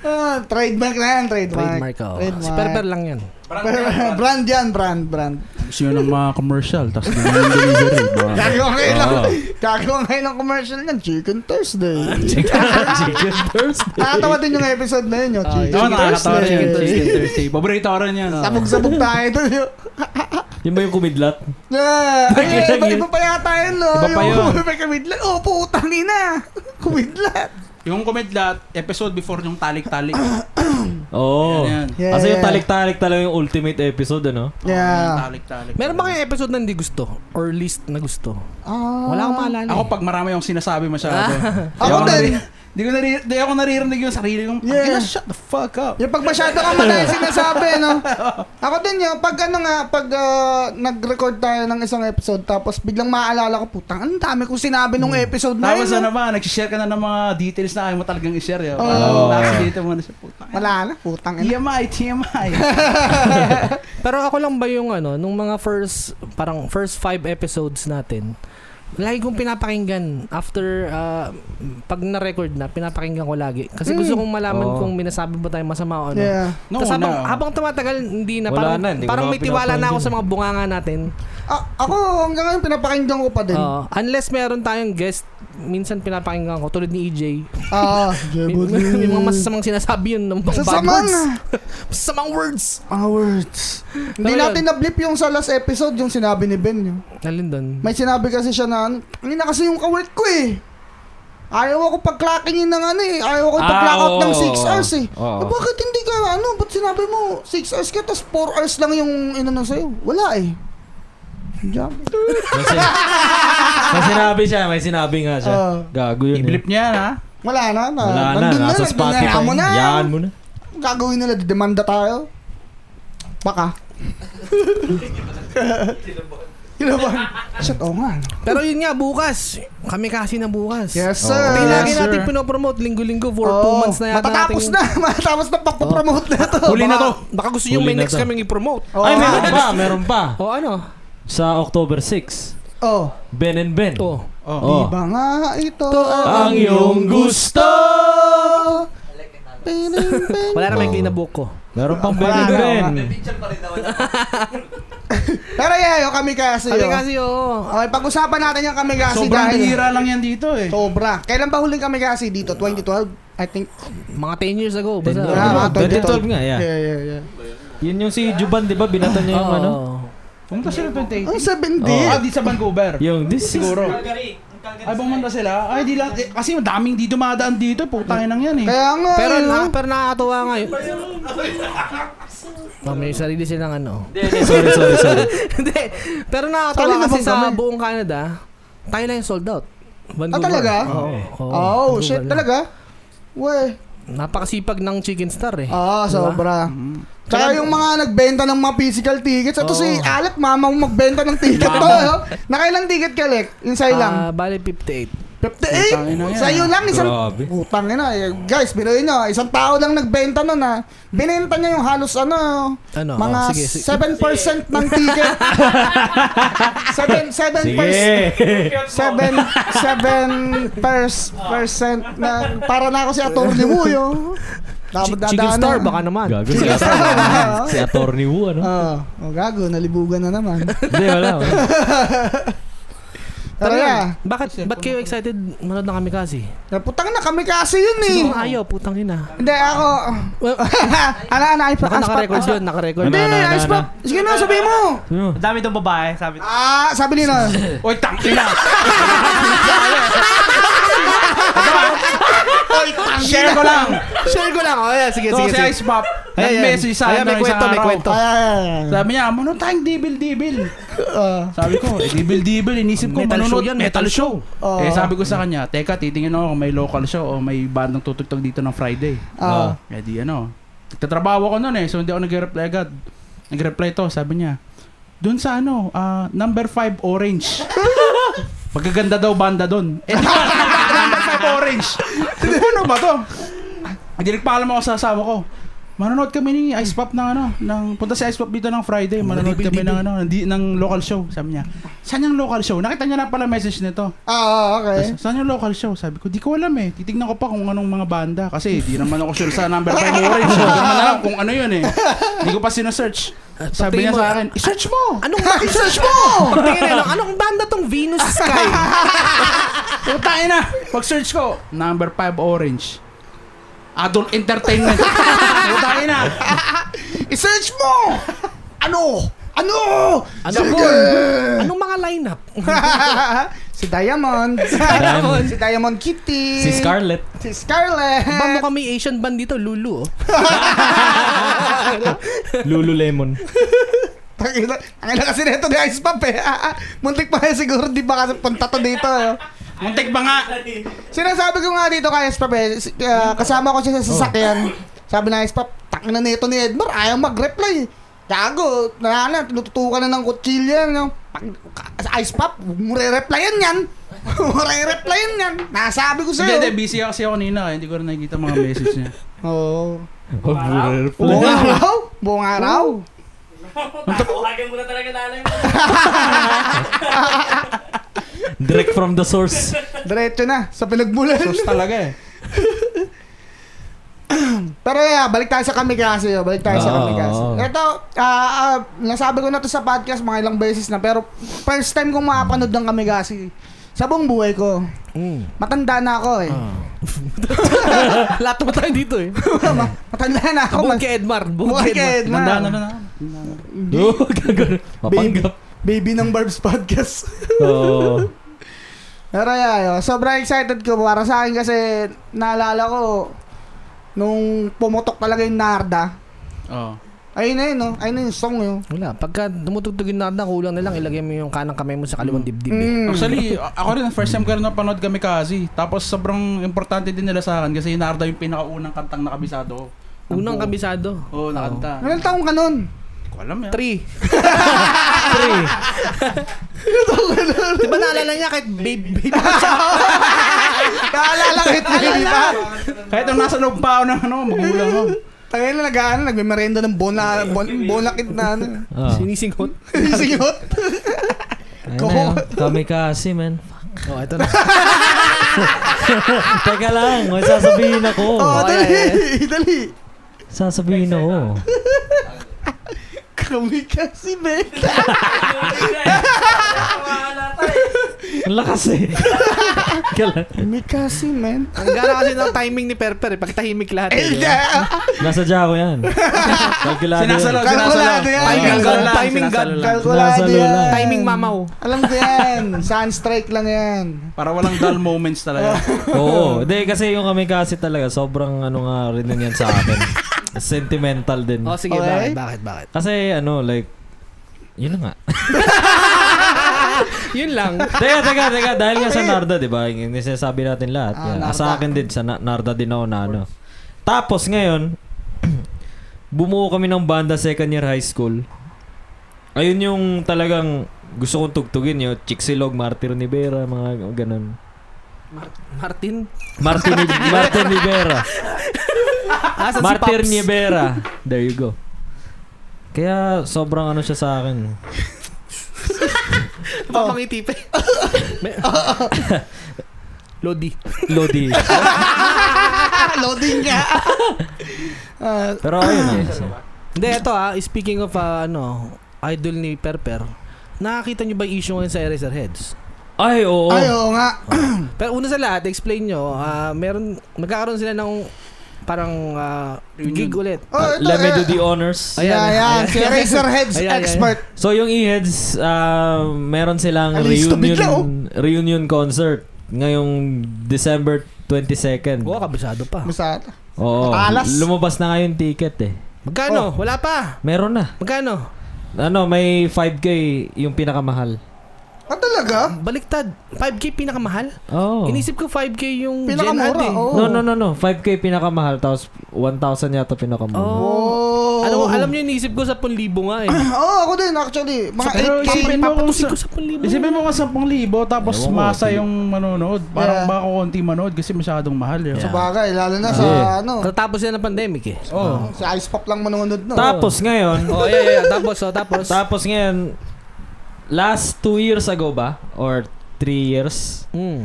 S2: Ah, trademark na yan, trademark.
S1: Trademark oh. ko. Si Perper lang yan.
S2: Pero- brand yan, brand, brand.
S4: Gusto nyo ng mga commercial, tapos ganun yung delivery. ba?
S2: Gagawa ngayon ng,
S4: Oh.
S3: Oo.
S2: gagawa ngayon ng commercial ng Chicken Thursday.
S3: Chicken Thursday.
S2: Nakatawa din yung episode na yun, yung Chicken
S4: Oo, nakakatawa rin
S2: Thursday.
S4: yun. Chicken Thursday. Paborito ko rin oh. yan.
S2: Sabog-sabog tayo dun yun.
S3: Yun ba yung kumidlat?
S2: Yeah. Ay,
S3: Bakit
S2: eh, iba,
S3: yun?
S2: iba pa yata yun, no?
S4: Iba pa yun.
S2: May kumidlat. Oh, putang ina. Kumidlat.
S4: Yung kumidlat, episode before yung talik-talik.
S3: Oo.
S4: Yan, yan.
S2: Yeah,
S3: Kasi
S2: yeah.
S3: yung talik-talik talaga yung ultimate episode, ano?
S2: Yeah.
S4: Talik-talik.
S1: Meron ba kayong episode na hindi gusto? Or least na gusto?
S2: Ah.
S1: Wala akong maalala. eh.
S4: Ako pag marami yung sinasabi masyado. Di
S2: Ako din.
S4: nari- Di ko nari- di ako naririnig yung sarili kong,
S2: Yeah.
S4: "Tangina, shut the fuck up.
S2: Yung pag masyado ka madali sinasabi, no? Ako din yung pag ano nga, pag ah, nag-record tayo ng isang episode, tapos biglang maalala ko, putang, ang dami kong sinabi nung
S1: Hmm.
S2: episode na
S4: Tapos
S2: yun.
S4: ano
S2: no?
S4: ba, nagsishare ka na ng mga details na ayaw mo talagang ishare. Yun.
S2: Oo.
S4: Oh. Nakakita mo na siya, puta.
S1: ano?
S2: Wala na, putang ina.
S4: TMI, TMI.
S1: Pero ako lang ba yung ano, nung mga first, parang first five episodes natin, lagi kong pinapakinggan after, ah, pag na-record na, pinapakinggan ko lagi. Kasi gusto kong malaman
S3: Hmm. Oo.
S1: kung minasabi ba tayo masama o ano.
S2: Yeah.
S4: No,
S1: Tapos habang,
S4: no.
S1: habang tumatagal, hindi na.
S3: Wala
S1: Parang,
S3: na, hindi ko
S1: parang
S3: na
S1: may tiwala na ako
S3: pinapakinggan.
S1: sa mga bunganga natin.
S2: A- ako hanggang ngayon pinapakinggan ko pa din.
S1: Oo. unless meron tayong guest, minsan pinapakinggan ko, tulad ni EJ.
S2: Ah,
S1: May, may mga masasamang sinasabi yun ng mga bad
S2: Sasamang
S1: words. Masasamang words.
S2: hours. Hindi
S1: Pero
S2: natin na-blip yung sa last episode, yung sinabi ni Ben. Yung.
S1: Alin doon?
S2: May sinabi kasi siya na, ano, "Tangin na kasi yung kawork ko eh. Ayaw ako pag-clockingin ng ano eh. Ayaw ako
S3: Ah,
S2: pag-clockout
S3: oo,
S2: ng
S3: oo,
S2: 6 hours eh.
S3: oo.
S2: Eh, bakit hindi ka, ano, ba't sinabi mo 6 hours ka, tapos 4 hours lang yung inano sa'yo? Wala eh. Diyan.
S3: May, sin- may sinabi siya, may sinabi nga siya.
S2: Oo.
S3: Gago yun. eh.
S4: I-blip niya yan, ha?
S2: Wala na. na
S3: Wala na,
S2: Oh. Ah, nandun
S3: nasa
S2: nandun
S3: Spotify.
S2: Hayaan mo na.
S3: Yan mo na.
S2: Gagawin nila, demanda tayo. Baka. Kilaban. Shit, oo nga. no?
S1: Pero yun nga, bukas. Kami kasi na bukas.
S2: Yes,
S3: Oo.
S2: sir.
S1: Kaya
S2: Yes,
S1: lagi
S2: sir.
S1: natin pinopromote linggo-linggo for 2
S2: Oo,
S1: months na yata
S2: Matatapos na.
S1: nating-
S2: Matatapos na pagpapromote na to.
S4: Huli na
S1: Baka-
S4: to.
S1: Baka gusto nyo
S3: Huli
S1: may
S3: na
S1: next
S3: to.
S1: kaming i-promote.
S2: Oo.
S3: Ay, meron pa, meron pa.
S1: O ano?
S3: Sa October 6,
S2: Oh.
S3: Ben and Ben.
S1: O.
S3: Oh.
S2: Iba nga ito
S1: To-
S3: Ang iyong gusto!
S1: Wala na may
S3: Oo.
S1: kinabuk ko.
S3: Meron pang Ben
S2: Wala
S3: and
S2: na,
S3: Ben.
S2: wala
S6: Picture pa rin daw.
S2: Pero yeah, yung kamikasi
S1: Sabi
S2: yun.
S1: kasi oo.
S2: Okay, pag-usapan natin yung kamikasi
S4: Sobrang
S2: dahil...
S4: bihira lang yan dito, eh.
S2: Sobra. Kailan ba huling kamikasi dito? 2012? I think.
S1: Mga 10 years ago. Basta.
S3: years ago.
S1: Oo.
S2: Ah,
S3: 2012 nga, yeah.
S2: Yeah, yeah, yeah.
S3: Yun yung si Juban, di ba? Binatan niya
S1: Oh.
S3: yung ano?
S4: Pumunta sila 28.
S2: Ang seven
S4: Ah,
S2: days.
S4: di sa Vancouver.
S3: Yung this is...
S4: Siguro. Ay, bumunta sila. Ay, di lang. eh, kasi daming di dumadaan dito. Putangin lang yan, eh.
S2: Kaya nga.
S1: Pero,
S2: eh,
S1: na,
S2: no?
S1: pero nakakatuwa ngayon. Oh, may sarili silang ano.
S3: sorry, sorry, sorry.
S1: Hindi. Pero
S2: Sali
S1: nakakatawa
S2: na
S1: kasi
S2: bang
S1: sa
S2: kami?
S1: buong Canada, tayo lang yung sold out. Vancouver.
S2: Ah, talaga?
S1: Oo. oo,
S2: Oh,
S1: Vancouver
S2: shit
S1: lang.
S2: talaga. Weh.
S1: Napakasipag ng Chicken Star eh.
S2: Ah,
S1: Diba?
S2: sobra. Tsaka yung mga nagbenta ng mga physical tickets. Ito si Alec, mama mo magbenta ng ticket to. eh, oh. Nakailang ticket ka, Lek? Insay
S1: Ah,
S2: lang.
S1: bale 58.
S2: 58! Sa'yo lang, isang...
S3: Grabe.
S2: Putang ina. eh. Guys, binuhin nyo. Isang tao lang nagbenta nun, ha. Binenta niya yung halos, ano,
S1: Ano,
S2: mga
S1: oh, sige, sige.
S2: 7% ng ticket. 7, 7%. Seven, seven pers, percent na para na ako si Atty. Muyo.
S1: Chi- Chicken Star, baka naman.
S3: Gago si
S2: Star.
S3: Atty. si Atty. Wu, ano?
S2: Oo. oh, gago, nalibugan na naman.
S3: Hindi, wala. wala.
S2: Pero
S1: yan,
S2: yeah,
S1: Bakit, ba't kayo excited manood ng kamikaze?
S2: naputang na kami kasi yun eh.
S1: Sino ayaw, putang ina.
S2: Hindi, ako...
S1: Well,
S2: ano, ano, ay
S1: Baka naka-record yun, naka-record.
S2: Hindi,
S3: Ano, ano, ano,
S2: ice pop. Sige na, sabihin mo.
S3: Ano?
S5: Ang dami tong babae, sabi ko.
S2: Ah, sabi nila.
S5: Oy, tangki na! Share ko lang!
S1: Share ko lang. Oh, yeah, sige,
S5: So,
S1: sige,
S5: si
S1: sige.
S5: Ice Pop,
S1: Ayan, ayan.
S5: nag-message sa
S1: Ayan,
S5: akin
S1: may
S5: ng isang
S1: kwento, may
S5: araw.
S1: kwento.
S2: Ay, ay, ay.
S4: Sabi niya, ano tayong dibil-dibil?
S2: Ah.
S4: Sabi ko, eh, dibil-dibil, inisip ko,
S1: Metal
S4: manonood,
S1: show yan, metal
S4: metal show.
S2: Oo.
S4: Eh sabi ko sa kanya, teka, titingin ako kung may local show o may bandang tutugtog dito ng Friday.
S2: Ah.
S4: Eh di ano, nagtatrabaho ko noon eh, so hindi ako nag-reply agad. Nag-reply to, sabi niya, dun sa ano, ah, number 5 orange. Magaganda daw banda dun. Eh di ba, number 5 orange. Sabi ko, ano ba to? Hindi nagpaalam ako sa asawa ko. Manonood kami ni Ice Pop ng ano, ng punta si Ice Pop dito ng Friday, manonood kami ng ano, ng, di- ng local show, sabi niya. Saan yung local show? Nakita niya na pala message nito.
S2: Ah, okay.
S4: Tapos, saan yung local show? Sabi ko, di ko alam eh. Titignan ko pa kung anong mga banda. Kasi di naman ako sure sa number 5 orange. Di naman alam kung ano yun eh. Di ko pa sinesearch. Sabi niya
S1: mo,
S4: sa akin, i-search mo!
S1: Anong ba?
S2: I-search mo!
S1: Tingin na, anong banda tong Venus Sky?
S4: Utain na! Pag-search ko, number 5 orange. Adult entertainment. Utain na!
S2: I-search mo! Ano? Ano?
S1: Ano?
S2: Sige!
S1: anong mga lineup?
S2: si Diamond.
S3: Diamond.
S2: si Diamond Kitty.
S3: Si Scarlett.
S2: Si Scarlett.
S1: Ba mo kami Asian band dito, Lulu. oh.
S3: Lululemon.
S2: Tangina, ang ina kasi nito ni Ice Pop eh. Ah, ah, Muntik pa yan siguro, di ba kasi punta to dito. eh.
S4: Muntik ba nga?
S2: Sinasabi ko nga dito kay Ice Pop eh, si-
S4: Hmm.
S2: ah, kasama ko
S4: Oh.
S2: siya sa sasakyan. Sabi na Ice Pop, tangina nito ni Edmar, ayaw mag-reply. Gago, nana, tinututukan na ng kutsilya. No? Pag- ka- Ice Pop, huwag mo re-replyan yan. Huwag mo re-replyan yan. Nasabi ko
S4: Hindi, hindi.
S2: sa'yo.
S4: Busy ako kasi ako kanina. Kaya hindi ko na nakikita mga message niya.
S2: Oo.
S3: Wow.
S2: Buong araw? Buong araw?
S5: Tatawagan mo na talaga nanay mo.
S3: Direct from the source.
S2: Diretso na, sa pinagmulan.
S4: Sus talaga eh.
S2: Pero yeah, balik tayo sa kamikaze. oh. Balik tayo sa
S3: Oo,
S2: kamikaze.
S3: oo.
S2: Ito, ah, ah, nasabi ko na to sa podcast mga ilang beses na pero first time kong makapanood ng kamikaze sa buong buhay ko.
S1: Mm.
S2: Matanda na ako eh.
S4: Ah.
S1: Lahat naman tayo dito eh.
S2: Ma- Matanda na ako.
S1: Bukod
S2: Mas-
S1: kay Edmar. Bukod kay Oh, Edmar.
S2: Bukid na.
S4: Nandaan na na.
S3: Oo, Oh, gago. Mapanggap.
S2: Baby ng Barb's Podcast.
S3: Oo.
S2: Pero yeah, oh, sobrang excited ko para sa akin kasi naalala ko nung pumotok talaga yung Narda.
S4: Oo.
S2: Ayun na yun, no? ayun na yung song yun.
S1: Wala. Pagka tumutugtog yung narda, kulang na lang ilagay mo yung kanang kamay mo sa kaliwang dibdib. eh.
S2: Mm.
S4: Actually, a- ako rin, first time ko rin napanood kami kasi. Tapos sobrang importante din nila sa akin kasi hinarda yung pinakaunang kantang nakabisado ko. Ng
S1: Unang
S4: buo.
S1: kabisado.
S4: Oo, oh, nakanta. Hindi
S2: Ilang taong ka nun?
S4: ko alam eh. yan.
S1: Three. Three. Di ba naalala niya kahit babe, babe
S2: Naalala ko yun, di ba?
S4: Kahit nung nasa loob pa ako ng ano, magulang ko.
S2: Tangin na nag-ano, nagmemerenda ng bona, bon, bonakit na ano.
S3: Ah.
S1: sinisingot?
S2: Singot.
S3: Ayun na yun. Kamikasi, man.
S1: Oh, ito na.
S3: Teka lang, may sasabihin ako.
S2: Oo, oh, dali,
S1: yeah,
S2: dali.
S3: Sasabihin ako.
S2: Kami kasi, be.
S3: Ang lakas eh. Teka lang.
S2: Kami kasi, man.
S1: Ang gara kasi ng timing ni Perper eh. Pagtahimik lahat eh.
S2: Eh, da-
S3: Nasa Java yan. Kalkulado yan.
S4: Sinasalaw,
S2: Kalkulado
S4: sinasalaw.
S2: yan.
S1: Timing
S4: Timing
S1: God,
S4: lang,
S1: timing God.
S4: sinasalaw lang.
S2: Kalkulado
S3: Sinasalo
S2: yan.
S3: lang.
S1: Timing mamaw.
S2: Alam ko yan. Sunstrike lang yan.
S4: Para walang dull moments talaga.
S3: Oo. Hindi, kasi yung kamikasi talaga, sobrang ano nga rin din yan sa akin. Sentimental din.
S1: Oh, sige,
S2: Okay.
S1: bakit, bakit, bakit?
S3: Kasi ano, like, yun na nga.
S1: Yun lang.
S3: teka, teka, teka. Dahil nga sa Narda, di ba? Yung sinasabi natin lahat.
S2: Ah,
S3: yan.
S2: Narda.
S3: Sa akin din, sa Na- Narda din ako na ano. Tapos ngayon, bumuo kami ng banda second year high school. Ayun yung talagang gusto kong tugtugin yung Chicksilog, Martin Rivera, mga ganun.
S1: Martin?
S3: Martin, Martin Rivera.
S1: Ah, sa si
S3: Martin
S1: Pops.
S3: Rivera. There you go. Kaya sobrang ano siya sa akin.
S1: Pamangiti pa. May- Lodi.
S3: Lodi.
S2: Loading ka. Ah,
S3: Pero ayun. ayun.
S1: Hindi, ito ah, speaking of ah, ano, idol ni Perper, nakakita nyo ba yung issue ngayon sa Eraser Heads?
S3: Ay,
S1: Oh.
S3: oo.
S2: ay, oo nga.
S1: Pero una sa lahat, explain nyo, ah, meron, magkakaroon sila ng parang ah, gig ulit.
S2: Oh, ito,
S3: Let me
S2: eh.
S3: do the honors.
S1: Ayan,
S2: yeah, yeah.
S1: ayan.
S2: Si Razorheads
S1: Ayan, ayan.
S2: expert.
S3: So yung E-Heads, ah, meron silang
S2: Alis, tubig lang, oh.
S3: reunion reunion concert ngayong December 22nd.
S1: Oo, kabisado pa.
S2: Masada.
S3: Oo.
S2: Alas.
S3: Lumabas na nga yung ticket eh.
S1: Magkano? Wala pa.
S3: Meron na.
S1: Magkano?
S3: Ano, may 5K yung pinakamahal.
S2: Ah, talaga?
S1: Baliktad. 5K pinakamahal?
S3: Oh.
S1: Inisip ko 5K yung
S2: Pinakamura, oh.
S1: Gen Ad eh.
S2: oo.
S3: No, no, no, no. 5K pinakamahal, tapos 1,000 yata pinakamahal.
S1: Oh.
S2: Oh.
S1: Alam, mo, alam nyo, inisip ko 10,000 nga eh.
S2: Oo, Oh. ako din actually. Mga
S4: Pero
S2: 8K.
S4: isipin mo kung
S1: Papatusin
S4: sa...
S1: ko 10,000.
S4: Isipin mo ka 10,000 tapos
S3: Ewan ko,
S4: masa
S3: sige.
S4: yung manonood. Parang
S2: Yeah.
S4: baka konti manood kasi masyadong mahal eh. yun.
S3: Yeah.
S2: Bagay, lalo na sa ano.
S1: Katapos yan ng pandemic eh.
S4: Oh.
S2: Si Ice Pop lang manonood no.
S3: Tapos ngayon,
S1: Oh, yeah, yeah. Tapos, oh, tapos.
S3: tapos ngayon, last 2 years ago ba? Or 3 years?
S1: Mm.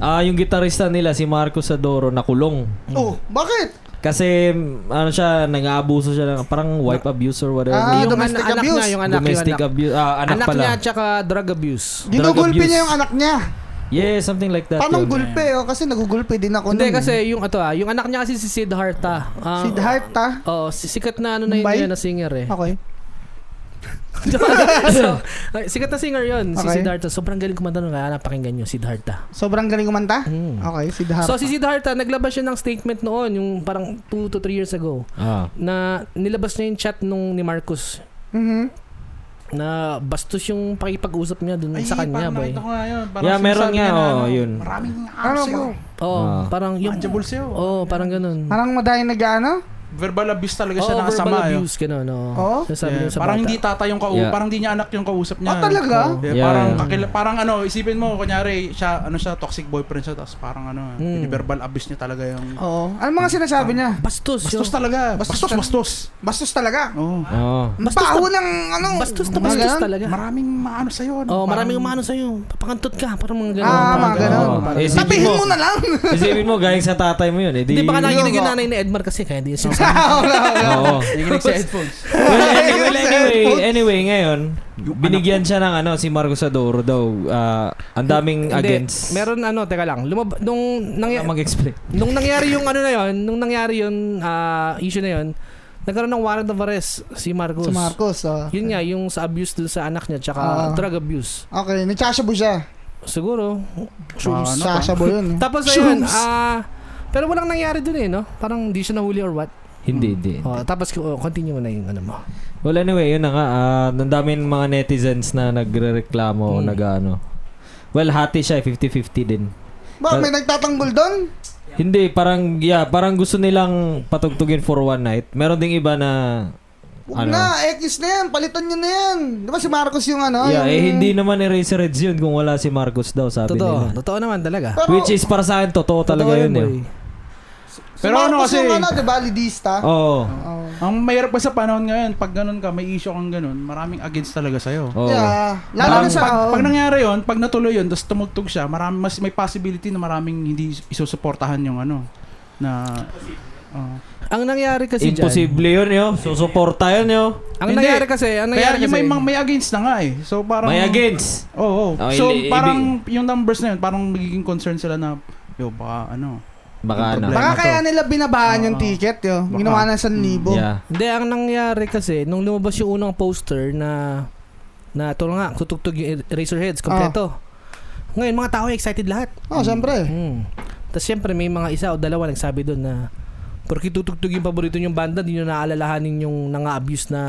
S3: Ah, yung gitarista nila, si Marcos Adoro, nakulong.
S2: Oh, bakit?
S3: Kasi, mm, ano siya, nag-aabuso siya ng parang wife abuse or whatever.
S2: Ah,
S1: yung
S2: domestic
S1: anak
S2: abuse.
S1: Niya, yung anak,
S3: domestic
S1: yung anak.
S3: abuse. Ah, anak,
S1: anak
S3: pala.
S1: niya tsaka drug
S2: Ano
S1: abuse.
S2: Ginugulpi
S3: abuse.
S2: niya yung anak niya.
S3: Yeah, something like that.
S2: Paano
S3: yun.
S2: gulpi? Oh, kasi nagugulpi din ako
S1: Hindi
S2: nun.
S1: kasi yung ato ah, yung anak niya kasi si Siddhartha. Ah,
S2: Si Dharta.
S1: Oh, si sikat na ano na yun,
S2: Mumbai?
S1: yun na singer eh.
S4: Oh.
S2: Okay.
S1: so, ay, sikat na singer yun, si
S2: Okay.
S1: Siddhartha. Sobrang galing kumanta nun, kaya napakinggan nyo, Siddhartha.
S2: Sobrang galing kumanta?
S1: Mm.
S2: Okay, si Dharta.
S1: So si Siddhartha, naglabas siya ng statement noon, yung parang 2 to 3 years ago,
S3: Ah.
S1: na nilabas niya yung chat nung ni Marcus
S2: Mhm.
S1: na bastos yung pakipag-usap niya dun sa kanya,
S4: parang
S1: boy.
S4: nakita ko nga yun. Parang
S3: Yeah, meron
S4: sinasabi
S3: nga,
S4: niya na,
S3: oh,
S4: ano,
S3: yun.
S4: Maraming
S2: Ano
S4: ano sa'yo.
S2: ba?
S1: Oo,
S3: Ah.
S1: parang yung...
S4: Tangible sa'yo.
S1: Oo, parang ganun.
S2: Parang madayang nag-ano?
S4: Verbal abuse talaga siya
S1: Oo,
S4: nakasama. eh.
S1: verbal
S4: yun.
S1: abuse, ganun. Oo.
S2: Oo?
S1: Sinasabi
S4: Yeah,
S1: niya sa
S4: parang
S1: bata.
S4: hindi tata yung kausap,
S3: Yeah.
S4: parang hindi niya anak yung kausap niya. Oh,
S2: Ah, talaga?
S4: Yeah,
S3: Yeah,
S4: parang
S3: yeah.
S4: kakila- parang ano, isipin mo kunyari siya ano siya toxic boyfriend siya tapos parang ano,
S1: Mm.
S4: verbal abuse niya talaga yung
S2: Oo. Ano mga sinasabi niya?
S1: Bastos.
S4: Bastos
S1: Oh, yung-
S4: talaga.
S2: Bastos
S4: Bastos,
S2: tal-
S4: bastos.
S2: Bastos talaga.
S4: Oh.
S3: Oh.
S1: Bastos
S2: Baho ng ano?
S1: Bastos na
S2: mga
S1: bastos
S2: ganun.
S1: talaga.
S4: Maraming maano sa iyo.
S1: Oh, maraming umano sa'yo. Papakantot ka. Parang mga ganun.
S2: Ah, mga
S1: Parang
S2: ganun.
S1: Oo, parang
S3: Eh,
S1: ganun.
S3: si-
S2: Sabihin
S3: Isipin
S2: mo
S3: mo.
S2: na lang.
S3: Isipin mo, galing sa tatay mo yun. Eh, di,
S1: Hindi, baka nakikinig
S2: Yun,
S1: yung
S2: oh.
S1: nanay ni Edmar kasi kaya hindi siya
S2: Wala, wala.
S3: Oo.
S4: Nakikinig sa headphones.
S3: Well, anyway, anyway, anyway, ngayon, binigyan siya ng ano, si Marcos Adoro daw. ah, ang daming
S1: Hindi,
S3: against.
S1: Meron ano, teka lang. Lumab- nung,
S3: Ah,
S1: nangy-
S3: mag-explain.
S1: nung nangyari yung ano na yon, nung nangyari yung ah, issue na yon, nagkaroon ng warrant of arrest si Marcos.
S2: Si Marcos, oh.
S1: Yun nga, yung sa abuse dun sa anak niya, tsaka
S2: Ah.
S1: drug abuse.
S2: Okay, nagsasabu siya.
S1: Siguro.
S4: Ah, ano pa?
S2: Nagsasabu yun. eh.
S1: Tapos ayun,
S2: Shrooms.
S1: ah, pero walang nangyari dun eh, no? Parang di siya nahuli or what.
S3: Hindi, hindi.
S1: Oh, tapos oh, continue mo na yung ano mo.
S3: Well, anyway, yun na nga. ah, ang daming mga netizens na nagre-reklamo o
S1: Hmm.
S3: nag-ano. Well, hati siya. eh, 50-50 din.
S2: Ba, may nagtatanggol doon?
S3: Hindi, parang, yeah, parang gusto nilang patugtugin for one night. Meron ding iba na,
S2: Huwag
S3: Ano?
S2: na, X na yan. Palitan nyo na yan. Di ba si Marcos yung ano? yung...
S3: yeah, eh, hindi naman Eraserheads yun kung wala si Marcos daw, sabi
S1: Totoo.
S3: nila.
S1: Totoo naman talaga.
S2: Pero,
S3: Which is para sa akin, totoo talaga
S1: Totoo
S3: yun. eh.
S1: boy.
S2: si
S4: Pero ano
S2: Marcos
S4: kasi-
S2: yung ano, di ba, lidista?
S3: Oo.
S2: Oh.
S4: Ang mahirap pa sa panahon ngayon, pag ganun ka, may issue kang ganun, maraming against talaga sa iyo.
S3: Oo.
S2: Yeah. Oh. Lalo na sa...
S4: pag,
S2: oh.
S4: pag nangyari yon, pag natuloy yon, tapos tumugtog siya, marami, mas may possibility na maraming hindi isusuportahan yung ano na oh.
S1: Ang nangyari kasi dyan,
S3: Imposible yun, yo. Susuporta yun, yo.
S1: ang
S4: Hindi.
S1: nangyari kasi, ang Ano nangyari
S4: Kaya yung
S1: kasi,
S4: may, mga- may against na nga eh. So parang
S3: May against.
S4: Oo. Oh,
S3: Oh,
S4: so
S3: ili-
S4: parang yung numbers na yun, parang magiging concern sila na yo baka ano.
S3: Baka ano.
S2: Baka
S4: problema
S2: kaya nila binabahan yung
S4: Oo.
S2: ticket yun.
S4: Baka.
S2: Ginawa na sa libo.
S3: Yeah.
S1: hindi, ang nangyari kasi, nung lumabas yung unang poster na, na ito nga, tutugtog yung Razorheads, kompleto.
S4: Ah.
S1: Ngayon, mga tao excited lahat.
S2: Oh, syempre.
S1: Mm. Tapos syempre, may mga isa o dalawa nagsabi doon na, porque tutugtog yung paborito yung banda, di nyo naaalalahanin yung nanga-abuse na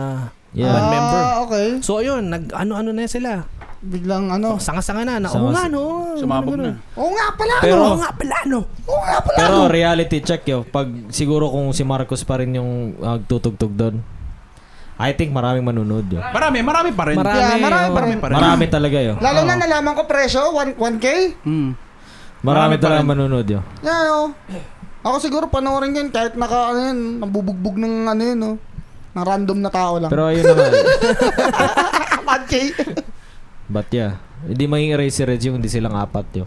S3: Yeah.
S1: band member.
S2: Ah, okay.
S1: So ayun, nag ano-ano na sila. Oh,
S2: Biglang ano.
S1: Sanga-sanga na. na Oo
S3: Sanga-
S1: nga, no.
S4: Sumabog
S1: Ganun,
S4: na.
S1: ganun.
S2: Oo nga pala,
S3: Pero-
S2: no?
S1: Oo nga pala, no.
S2: Oo nga pala, no?
S3: Pero reality check yo, pag siguro kung si Marcos pa rin yung ah, tutugtog doon, I think maraming manunood yo.
S4: Marami, marami pa rin.
S1: Marami,
S2: Yeah, marami pa
S1: oo.
S2: rin.
S3: Marami talaga yo.
S2: Lalo na nalaman ko presyo, 1, 1K.
S4: Mm.
S3: Marami
S4: Marami pa
S3: talaga
S4: rin.
S3: manunood yo.
S2: Yan, oh. Ako siguro panoorin yun kahit naka, ano yun, nabubugbog ng ano yun, no? Ng random na tao lang.
S3: Pero ayun na nga.
S2: Ah, 1K.
S3: But yeah, hindi maging eraser Reggie kung hindi silang apat yo.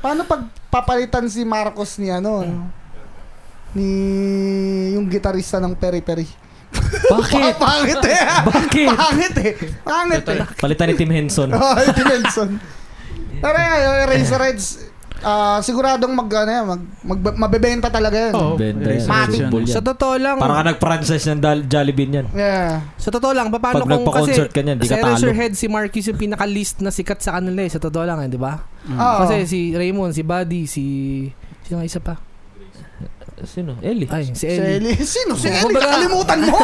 S2: Paano pag papalitan si Marcos ni ano, ano? Ni yung gitarista ng Peri Peri.
S3: Bakit?
S2: Pangit eh.
S3: Bakit?
S2: Pangit eh. Pangit eh.
S3: Palitan ni Tim Henson.
S2: Oo, oh, Dimension. Pero yan, yung Eraser Reds, ah, siguradong mag, ano yan, mag, mag, mabebenta talaga yan.
S4: Oo. eh,
S3: Benta yan.
S4: Mati.
S3: Football yan.
S1: Sa totoo lang,
S3: Para ka nag-franchise ng Dal- Jollibee niyan.
S2: Yeah.
S1: sa totoo lang, paano
S3: Pag
S1: kung kasi
S3: nagpa-concert ka niyan, di
S1: sa
S3: ka talo.
S1: Eraserhead, si Marquis yung pinaka-list na sikat sa kanila eh. Sa totoo lang eh, di ba?
S2: Oo.
S1: Kasi si Raymond, si Buddy, si... Sino nga isa pa?
S3: Sino? Ellie.
S1: Ay, si
S2: si
S1: Ellie.
S2: Eli. Sino si Eli?
S1: Kumbaga-
S2: Nakalimutan mo.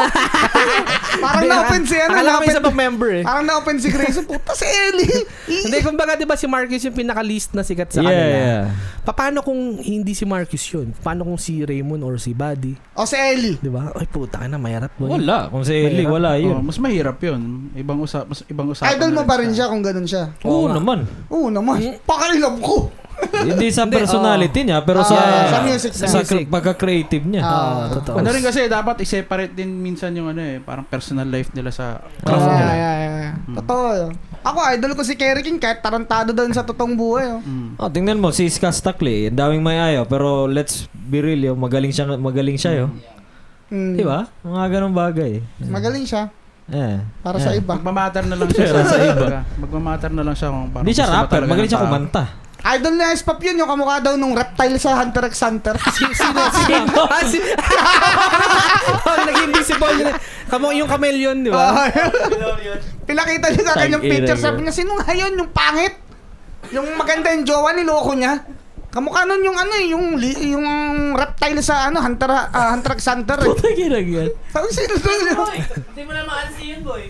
S2: parang na-open si ano.
S1: ah, Akala ko may
S2: na-open-
S1: isa pang member eh.
S2: Parang na-open si Grayson. Puta si Eli.
S1: Hindi, kumbaga di ba si Marcus yung pinaka-list na sikat sa
S3: yeah,
S1: kanila?
S3: yeah.
S1: Pa- Paano kung hindi si Marcus yun? Paano kung si Raymond or si Buddy?
S2: o Oh, si Eli.
S1: Di ba? Ay, puta ka na, mayarap mo.
S3: Wala. Kung si Ellie,
S1: Mahirap.
S3: wala yun.
S4: Oh, mas mahirap yun. Ibang usap, mas ibang usapan.
S2: Idol
S4: na
S2: mo ba rin siya kung ganun siya?
S3: Oo
S1: Oo nga.
S3: naman.
S2: Oo
S3: Hmm?
S2: naman. Pakalilab ko.
S3: Hindi sa
S1: Hindi,
S3: personality niya,
S2: Ah,
S3: pero sa,
S2: sa music,
S3: sa,
S2: sa
S1: music.
S3: pagka-creative
S1: Ah,
S3: niya.
S2: Ah.
S1: totoo.
S4: Ano rin kasi dapat i-separate din minsan yung ano eh, parang personal life nila sa
S2: Yeah,
S3: Oo.
S2: Ah, yeah, yeah, yeah.
S3: Hmm.
S2: Totoo. yun. Ako, idol ko si Kerry King kahit tarantado doon sa totoong buhay. oh.
S4: Mm.
S3: Oh, tingnan mo si Scott Stockley, ang daming may ayaw, pero let's be real, yo, magaling siya, magaling siya yo.
S2: Mm.
S3: 'Di ba? Mga ganung bagay.
S2: Magaling siya.
S3: Eh.
S2: Para sa iba.
S4: Magmamatter na lang siya sa, sa iba. Magmamatter na lang siya kung parang
S3: Hindi siya
S4: gusto ba
S3: rapper,
S4: talaga
S3: magaling
S4: ng
S3: siya
S4: tao.
S3: kumanta.
S2: Idol na S-pop yun, yung kamukha daw nung reptile sa Hunter x Hunter.
S1: Sino? Ah, si... oh, naging visible yun. Kamo, yung chameleon, di ba?
S2: Ah, Pinakita niya sa akin yung
S3: Tag-ina
S2: picture,
S3: yun.
S2: sabi niya, sino nga yun, yung pangit? Yung maganda yung jowa, niloko niya. Kamukha nun yung ano eh, yung, li- yung reptile sa ano, Hunter, ah, Hunter x Hunter. eh.
S3: Ginag yan.
S2: Sabi sino to yun?
S5: Boy, hindi mo na maansi yun, boy.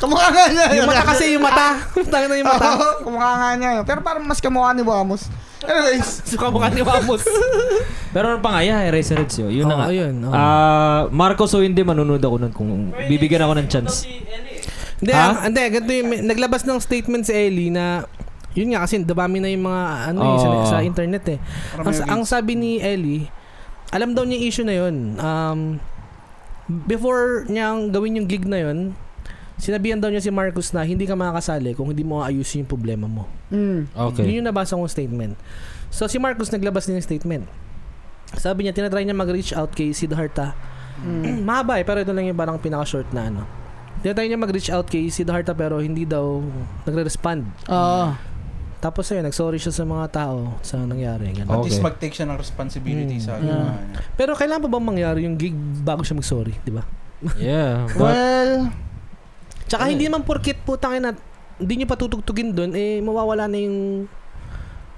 S2: Kamukha nga niya.
S1: yung mata
S3: eh,
S1: kasi, yung mata.
S3: Ah.
S1: Tangan na yung mata.
S2: Oo, kamukha nga niya. yun. Pero parang mas kamukha ni Wamos. Anyways,
S1: So, kamukha ni Wamos.
S3: Pero ano pa nga, yeah, Eraser Heads yo. Yun na
S1: Oo,
S3: nga.
S1: yun, oo.
S3: Ah, Marcos o hindi, manunood ako nun kung bibigyan ako ng chance.
S5: Si Eli.
S1: Hindi,
S3: Ha?
S1: ang- hindi, ganito yung, may- naglabas ng statement si Ellie na, yun nga kasi dumami na yung mga ano eh, sa,
S3: Oo.
S1: sa internet eh. Ang, ang sabi ni Ellie, alam daw niya yung issue na yun. Um, before niyang gawin yung gig na yun, sinabihan daw niya si Marcus na hindi ka makakasali kung hindi mo aayusin yung problema mo.
S2: mm,
S3: Okay.
S1: Yun yung nabasa kong statement. So si Marcus naglabas din ng statement. Sabi niya, tinatry niya mag-reach out kay Siddhartha
S2: mm.
S1: Mahaba eh, pero ito lang yung parang pinaka-short na ano. Tinatry niya mag-reach out kay Siddhartha pero hindi daw nagre-respond.
S2: Oo.
S1: Tapos ayun, nag-sorry siya sa mga tao sa nangyari.
S4: At
S1: Ganun.
S3: Okay. Hmm.
S4: least mag-take siya ng responsibility
S1: Mm.
S4: sa ano,
S2: Yeah.
S4: ginawa niya.
S1: Pero kailan pa bang mangyari yung gig bago siya mag-sorry, di ba?
S3: Yeah. But,
S2: Well,
S3: Ano
S1: Tsaka
S3: eh.
S1: hindi naman porkit putangin na hindi niyo patutugtugin doon, eh mawawala na yung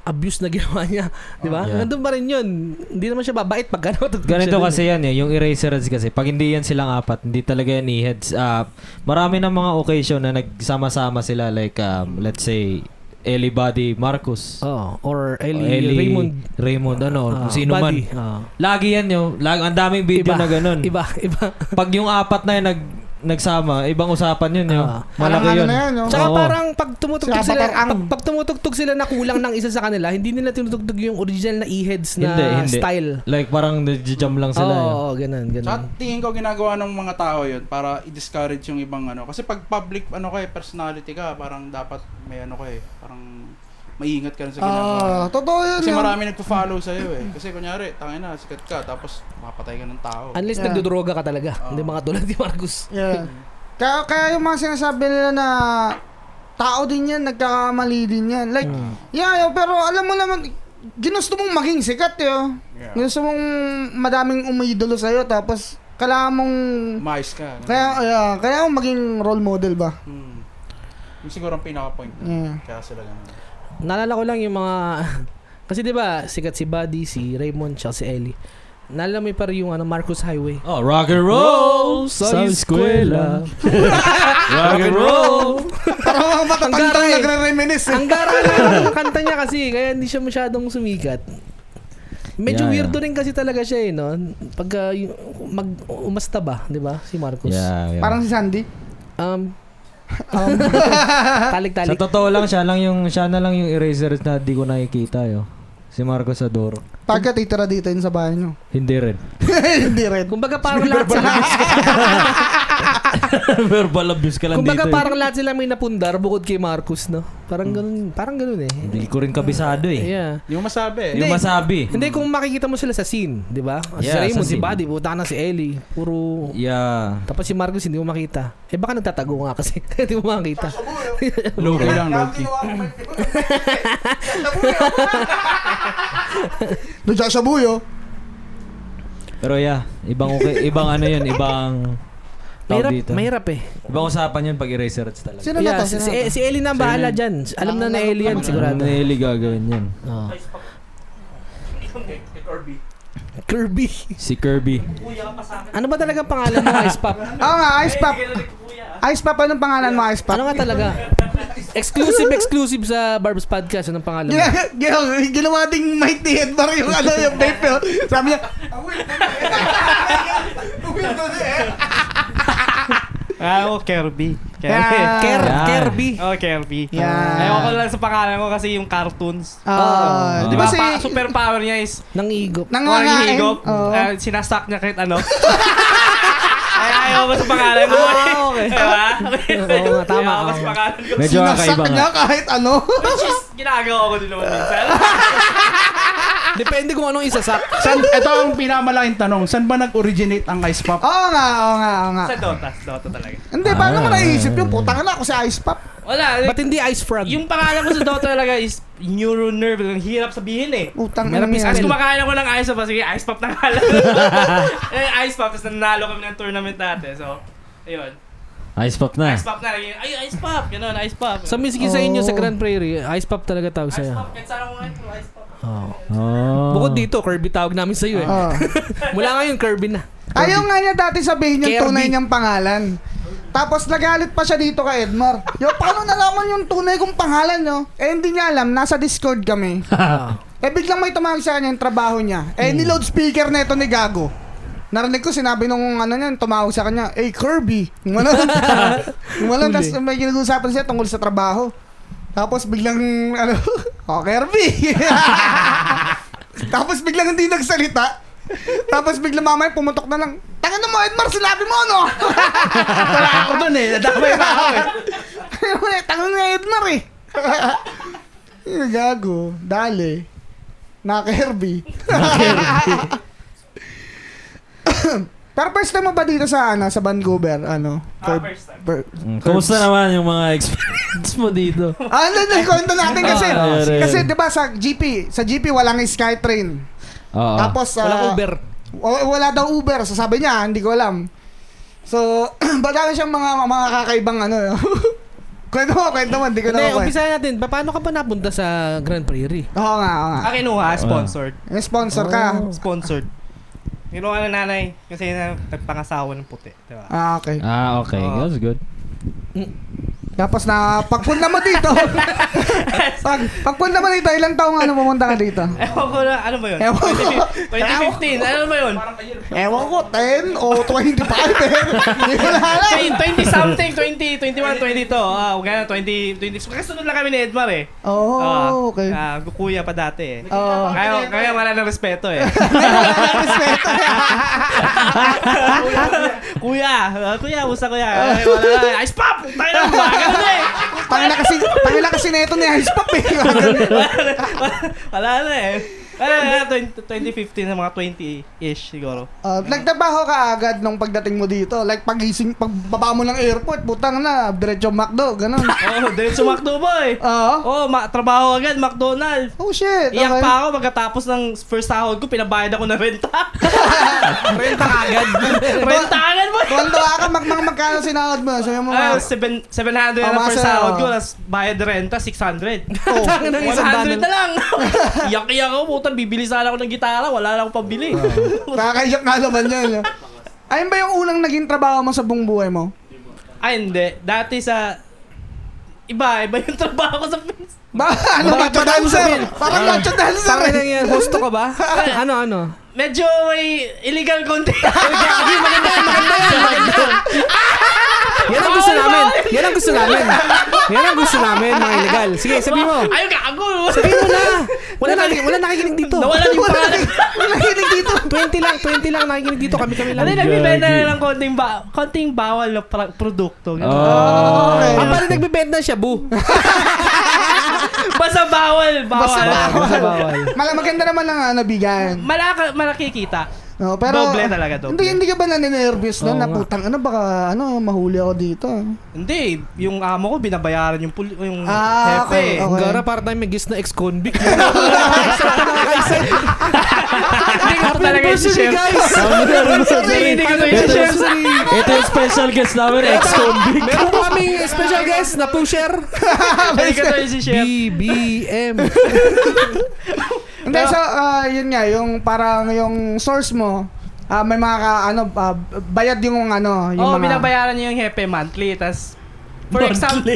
S1: abuse na ginawa niya, di ba?
S3: Oh, Yeah.
S1: Nandun pa rin yun. Hindi naman siya babait pag gano'n tutugtog
S3: ganito
S1: siya dun,
S3: kasi yan eh, yung Eraser Heads kasi, pag hindi yan silang apat, hindi talaga yan i-heads up. Marami ng mga occasion na nagsama-sama sila like, um, let's say, Eli Buddy
S1: eh.
S3: Marcos.
S1: Oh, or
S3: Eli,
S1: Ellie, Raymond.
S3: Raymond, ano,
S1: ah,
S3: kung sino man.
S1: Buddy, ah.
S3: Lagi yan yung, lag, ang daming video
S1: Iba,
S3: na ganun.
S1: Iba, iba.
S3: Pag yung apat na yan nag, nagsama, ibang usapan yun yung.
S1: Ah.
S2: parang
S3: Malaki
S2: ano
S3: yun.
S2: na yan, no?
S1: Tsaka
S3: Oo.
S1: parang pag tumutugtog
S2: Sila
S1: sila,
S2: patarang.
S1: pag, pag tumutugtog sila na kulang ng isa sa kanila, hindi nila tinutugtog yung original na e-heads na
S3: Hindi, hindi.
S1: style.
S3: Like parang nag-jam lang sila.
S1: Oo,
S3: yun.
S1: oh, ganun,
S4: So,
S1: ganun.
S4: at tingin ko ginagawa ng mga tao yun para i-discourage yung ibang ano. Kasi pag public ano ka eh, personality ka, parang dapat may ano ka eh, parang maingat ka rin sa ginagawa.
S2: ah, totoo yun.
S4: Kasi
S2: yun.
S4: marami nagpo-follow sa iyo eh. Kasi kunyari, tangin na, sikat ka, tapos mapatay ka ng tao.
S1: Unless
S2: Yeah.
S1: nagdodroga ka talaga.
S4: Oo.
S1: Hindi mga tulad ni Marcus.
S2: Yeah. Kaya, kaya yung mga sinasabi nila na tao din yan, nagkakamali din yan. Like, yeah, yo, pero alam mo naman, ginusto mong maging sikat, yo.
S4: Yeah.
S2: Ginusto mong madaming umiidolo sa'yo, tapos kailangan mong...
S4: Umayos ka.
S2: Kaya, ah, yeah, kaya mong maging role model ba?
S4: Hmm. Yung siguro ang pinaka-point na.
S2: Yeah.
S4: Kaya sila ganun.
S1: Naalala ko lang yung mga... kasi 'di ba sikat si Buddy, si Raymond, tsaka si Ellie. Naalala mo pa rin yung ano, Marcus Highway.
S3: Oh, rock and roll
S1: Sa eskwela.
S3: rock and roll
S2: Parang mga
S1: Ang
S2: matatandang
S1: garay.
S2: nagre-reminisce eh.
S1: Ang gara lang ng kanta niya kasi, kaya hindi siya masyadong sumikat. Medyo
S3: Yeah,
S1: weirdo
S3: yeah.
S1: rin kasi talaga siya eh, no? Pag mag, umasta ba, di ba, si Marcos?
S3: Yeah, yeah.
S2: Parang si Sandy.
S1: Um,
S3: sa
S1: talik-talik.
S3: totoo lang siya lang yung siya na lang yung erasers na di ko nakikita yo. Si Marcos Adoro.
S2: Pagka titira dito yun sa bahay nyo.
S3: Hindi rin.
S2: Eh, Hindi rin.
S1: Kumbaga parang lahat sila,
S3: Verbal abuse ka lang
S1: kumbaga
S3: dito. eh.
S1: parang lahat sila may napundar bukod kay Marcos, no? Parang ganun, parang ganun eh.
S3: Hmm. Hindi ko rin kabisado eh.
S1: Yeah.
S4: Hindi mo masabi eh.
S3: Yung
S1: Hindi.
S3: masabi.
S1: Hindi, kung makikita mo sila sa scene, di ba? Si
S3: Yeah,
S1: Raymond,
S3: sa
S1: si
S3: scene.
S1: Buddy, buta na si Ellie. Puro...
S3: Yeah.
S1: Tapos si Marcos hindi mo makita. Eh baka nagtatago nga kasi. Hindi mo makita.
S4: Low key lang, low key.
S2: Doon siya sa buyo.
S3: Pero yeah, ibang okay, ibang ano yun, ibang tawag
S1: Mahirap,
S3: dito.
S1: mahirap eh.
S3: Ibang usapan yun pag eraser rats talaga.
S2: Sino na
S1: Yeah,
S2: to?
S1: si,
S2: Sino
S1: si,
S2: na to?
S1: si Ellie na ang bahala dyan. Alam na ni Ellie yan sigurado.
S3: Ano nili gagawin yan?
S1: Oh. Kirby.
S3: Si Kirby.
S1: Ano ba talaga pangalan mo, Ice Pop?
S2: Oo Ah, nga, Ice Pop. Ice Pop, anong pangalan mo, Ice Pop?
S1: Ano nga talaga? Exclusive, exclusive sa Barb's Podcast. Anong pangalan mo?
S2: Gina- gina- Ginawa ding mighty headbar yung ano yung vape yun. Sabi niya,
S5: Ah, oh, Kirby.
S2: Yeah.
S1: Ker,
S3: Yan.
S1: Kirby.
S5: Oh, Kirby.
S2: Yeah.
S5: Ayaw ko lang sa pangalan ko kasi yung cartoons.
S2: ah,
S3: Oo.
S2: di
S5: Di
S2: ba
S5: ba,
S2: si...
S5: pa, super power niya is
S1: Nang igop.
S2: Nangangain. Oh,
S5: higop.
S2: Oo.
S5: Eh, sinasak niya kahit ano. Ay, ayaw ko sa pangalan ko.
S1: Ah, okay.
S5: Diba?
S1: Oo nga, tama,
S5: Ayaw ko sa
S1: tama.
S5: pangalan ko.
S3: Medyo
S2: Sinasak
S3: kakaiba
S2: niya
S3: nga.
S2: kahit ano.
S5: Which is, ginagawa ko din naman minsan.
S1: Depende kung anong isasak.
S4: San, ito ang pinamalaking tanong. Saan ba nag-originate ang Ice Pop?
S2: Oo nga, oo nga, oo nga.
S5: Sa Dota, sa Dota talaga.
S2: Hindi, paano mo
S3: Ah.
S2: naisip yun? Putang na ako si Ice Pop.
S5: Wala,
S1: Ba't hindi Ice Frog?
S5: yung pangalan ko sa Dota talaga is Neuronerve. Ang hirap sabihin eh.
S2: Putang
S1: Meron
S2: ina niya.
S5: Tapos kumakain ako ng ice pop, sige, ice pop na kala. eh, ice pop, tapos nanalo kami ng tournament dati. So, ayun.
S3: Ice pop na.
S5: Ice pop na, naging, ay, ice pop, ganun, ice pop.
S1: Sa miskin sa inyo, sa
S2: Oh.
S1: Grand Prairie, Ice Pop talaga tawag
S5: ice pop,
S1: sa'yo.
S5: kahit saan ako ngayon, puro ice pop.
S1: Oh.
S3: Oh.
S1: Bukod dito, Kirby tawag namin sa'yo eh.
S2: Oo.
S1: Mula ngayon, Kirby na.
S2: Ayaw nga niya dati sabihin yung
S1: Kirby.
S2: tunay niyang pangalan. Tapos nagalit pa siya dito kay Edmar. Yo, paano nalaman yung tunay kong pangalan nyo? Eh, hindi niya alam. Nasa Discord kami.
S1: Ah.
S2: Eh, biglang may tumawag sa kanya yung trabaho niya. Eh,
S1: Hmm.
S2: ni loudspeaker na ito ni Gago. Narinig ko sinabi nung ano niyan, tumawag sa kanya, eh, Kirby. Gumanon. Gumanon, tapos may kinag-usapan siya tungkol sa trabaho. Tapos biglang, ano, oh, Kirby. tapos biglang hindi nagsalita. Tapos biglang mamaya pumutok na lang, Tangan mo, Edmar, sinabi mo, ano?
S4: Wala ako dun eh. Nadamay na ako eh.
S2: Tangan na Edmar eh. Eh, Gago, dali. Naka-Kirby. Pero first time mo ba dito sa ano, sa Vancouver, ano?
S5: Ah, first time.
S2: per-
S3: Mm, Kumusta naman yung mga experience mo dito?
S2: Ah, ano na kwento natin kasi.
S3: Ah, yeah, yeah.
S2: kasi 'di ba sa GP, sa GP walang SkyTrain.
S3: Oo.
S2: Tapos ah,
S1: Walang Uber.
S2: wa- wala daw Uber, so sabi niya, hindi ko alam. So, madami siyang mga mga kakaibang ano. kwento mo, kwento mo, hindi ko
S1: Hindi,
S2: na ako. eh.
S1: umpisa natin. Pa- Paano ka pa napunta sa Grand Prairie?
S2: Oo nga, oo nga.
S5: Akin Oh. kinuha, sponsored.
S2: Eh, Sponsor ka.
S5: Sponsored. Kinuha ng nanay, kasi na, nagpangasawa ng puti, di ba?
S2: Ah, okay.
S3: Ah, okay.
S5: Oo.
S3: That's good.
S2: Tapos na pagpunta mo dito. pag pagpunta mo dito, ilang taong ano pumunta ka dito?
S5: Ewan ko na, ano ba yun?
S2: Ewan ko.
S5: 2015, ano ba yun?
S2: Ewan ko, 10 o 25 eh. Hindi ko na alam.
S5: 20 something, 20, 21, 22. Ah, huwag na, 20, 20. Kasunod lang kami ni Edmar eh. Ah,
S2: Oh, okay.
S5: ah, kuya pa dati eh.
S2: Oo.
S5: Kaya, kaya wala ng respeto eh.
S2: Respeto.
S5: kuya, ah, kuya, musta kuya? Ay, wala na. Ice pop! Tayo na ba? Ganun na eh.
S2: Tangina kasi, tangina kasi na ito ni Ice Pop eh.
S5: Wala na eh. Ano na, 20 2015 na mga 20-ish siguro.
S2: Uh, nagtrabaho ka agad nung pagdating mo dito. Like pagising, pagbaba mo ng airport, putang na, diretso McDo, ganun.
S5: Oo, oh, diretso McDo
S2: Oo.
S5: boy. Oo, oh, ma- trabaho agad, McDonald's.
S2: Oh shit. okay.
S5: Iyak pa ako pagkatapos ng first sahod ko, pinabayad ako ng renta.
S1: Renta agad.
S5: renta agad boy!
S2: Tuwan-tuwa ka, mag mag magkano sinahod mo? Sabi mo, mga-
S5: Ah, seven, 700
S2: Oh,
S5: na
S2: masaya,
S5: first sahod
S2: oh.
S5: ko, tapos bayad renta, 600.
S2: oh,
S5: 100 na lang. Iyak-iyak ako, puta, bibili sana ako ng gitara, wala na akong pambili.
S2: Nakakaiyak nga naman yun. Ayun
S5: Ah,
S2: ba yung unang naging trabaho mo sa buong buhay mo?
S5: Ay, hindi. Dati sa iba, iba yung trabaho ko sa Facebook.
S2: Ba, ano, macho dancer.
S5: Ah,
S2: Parang macho dancer.
S1: Tangin na
S2: eh.
S1: yan, gusto ka ba? ano, ano?
S5: Medyo may illegal konti.
S1: Yan ang
S5: Oh
S1: gusto namin. Yan ang gusto namin. Yan ang gusto namin, mga illegal. Sige, sabi mo.
S5: Ayun ka, ako.
S1: Sabi mo na. Wala, na, wala nakikinig dito.
S5: Nawalan yung
S2: Wala
S5: pangalan.
S2: nang- wala nakikinig dito.
S1: 20 lang, 20 lang nakikinig dito. Kami-kami lang.
S5: Ano yung nagbibenta na lang konting, ba konting bawal na pra- produkto.
S3: Oh.
S2: Okay.
S1: Ang pala nagbibend ng shabu.
S5: Basta bawal, bawal.
S2: Basta bawal.
S1: Basta bawal.
S2: Mala, maganda naman ang ano, bigan.
S5: Malaka, malaki kita.
S2: No, pero,
S5: Doble talaga, doble.
S2: Hindi, hindi ka ba naninervous
S1: Oo
S2: nun? na
S1: nga.
S2: putang, ano, baka, ano, mahuli ako dito.
S5: Hindi, yung amo ko binabayaran yung pul- yung
S2: Ah,
S5: jefe.
S2: okay, okay.
S1: Ang gara para tayong may gis na ex-convict.
S5: Hindi ko talaga yung
S1: Anniversary, eh,
S5: chef.
S1: guys!
S5: Hindi ko talaga yung chef.
S3: Ito yung special guest namin, ex-convict.
S1: Meron po kaming special guest na pusher.
S5: Hindi ko talaga yung chef.
S1: BBM.
S2: Hindi, so, ah, yun nga, yung parang yung source mo, ah, may mga, ka, ano, ah, bayad yung, ano, yung
S5: Oo,
S2: mga...
S5: binabayaran niya yung jefe monthly. Tapos, for example,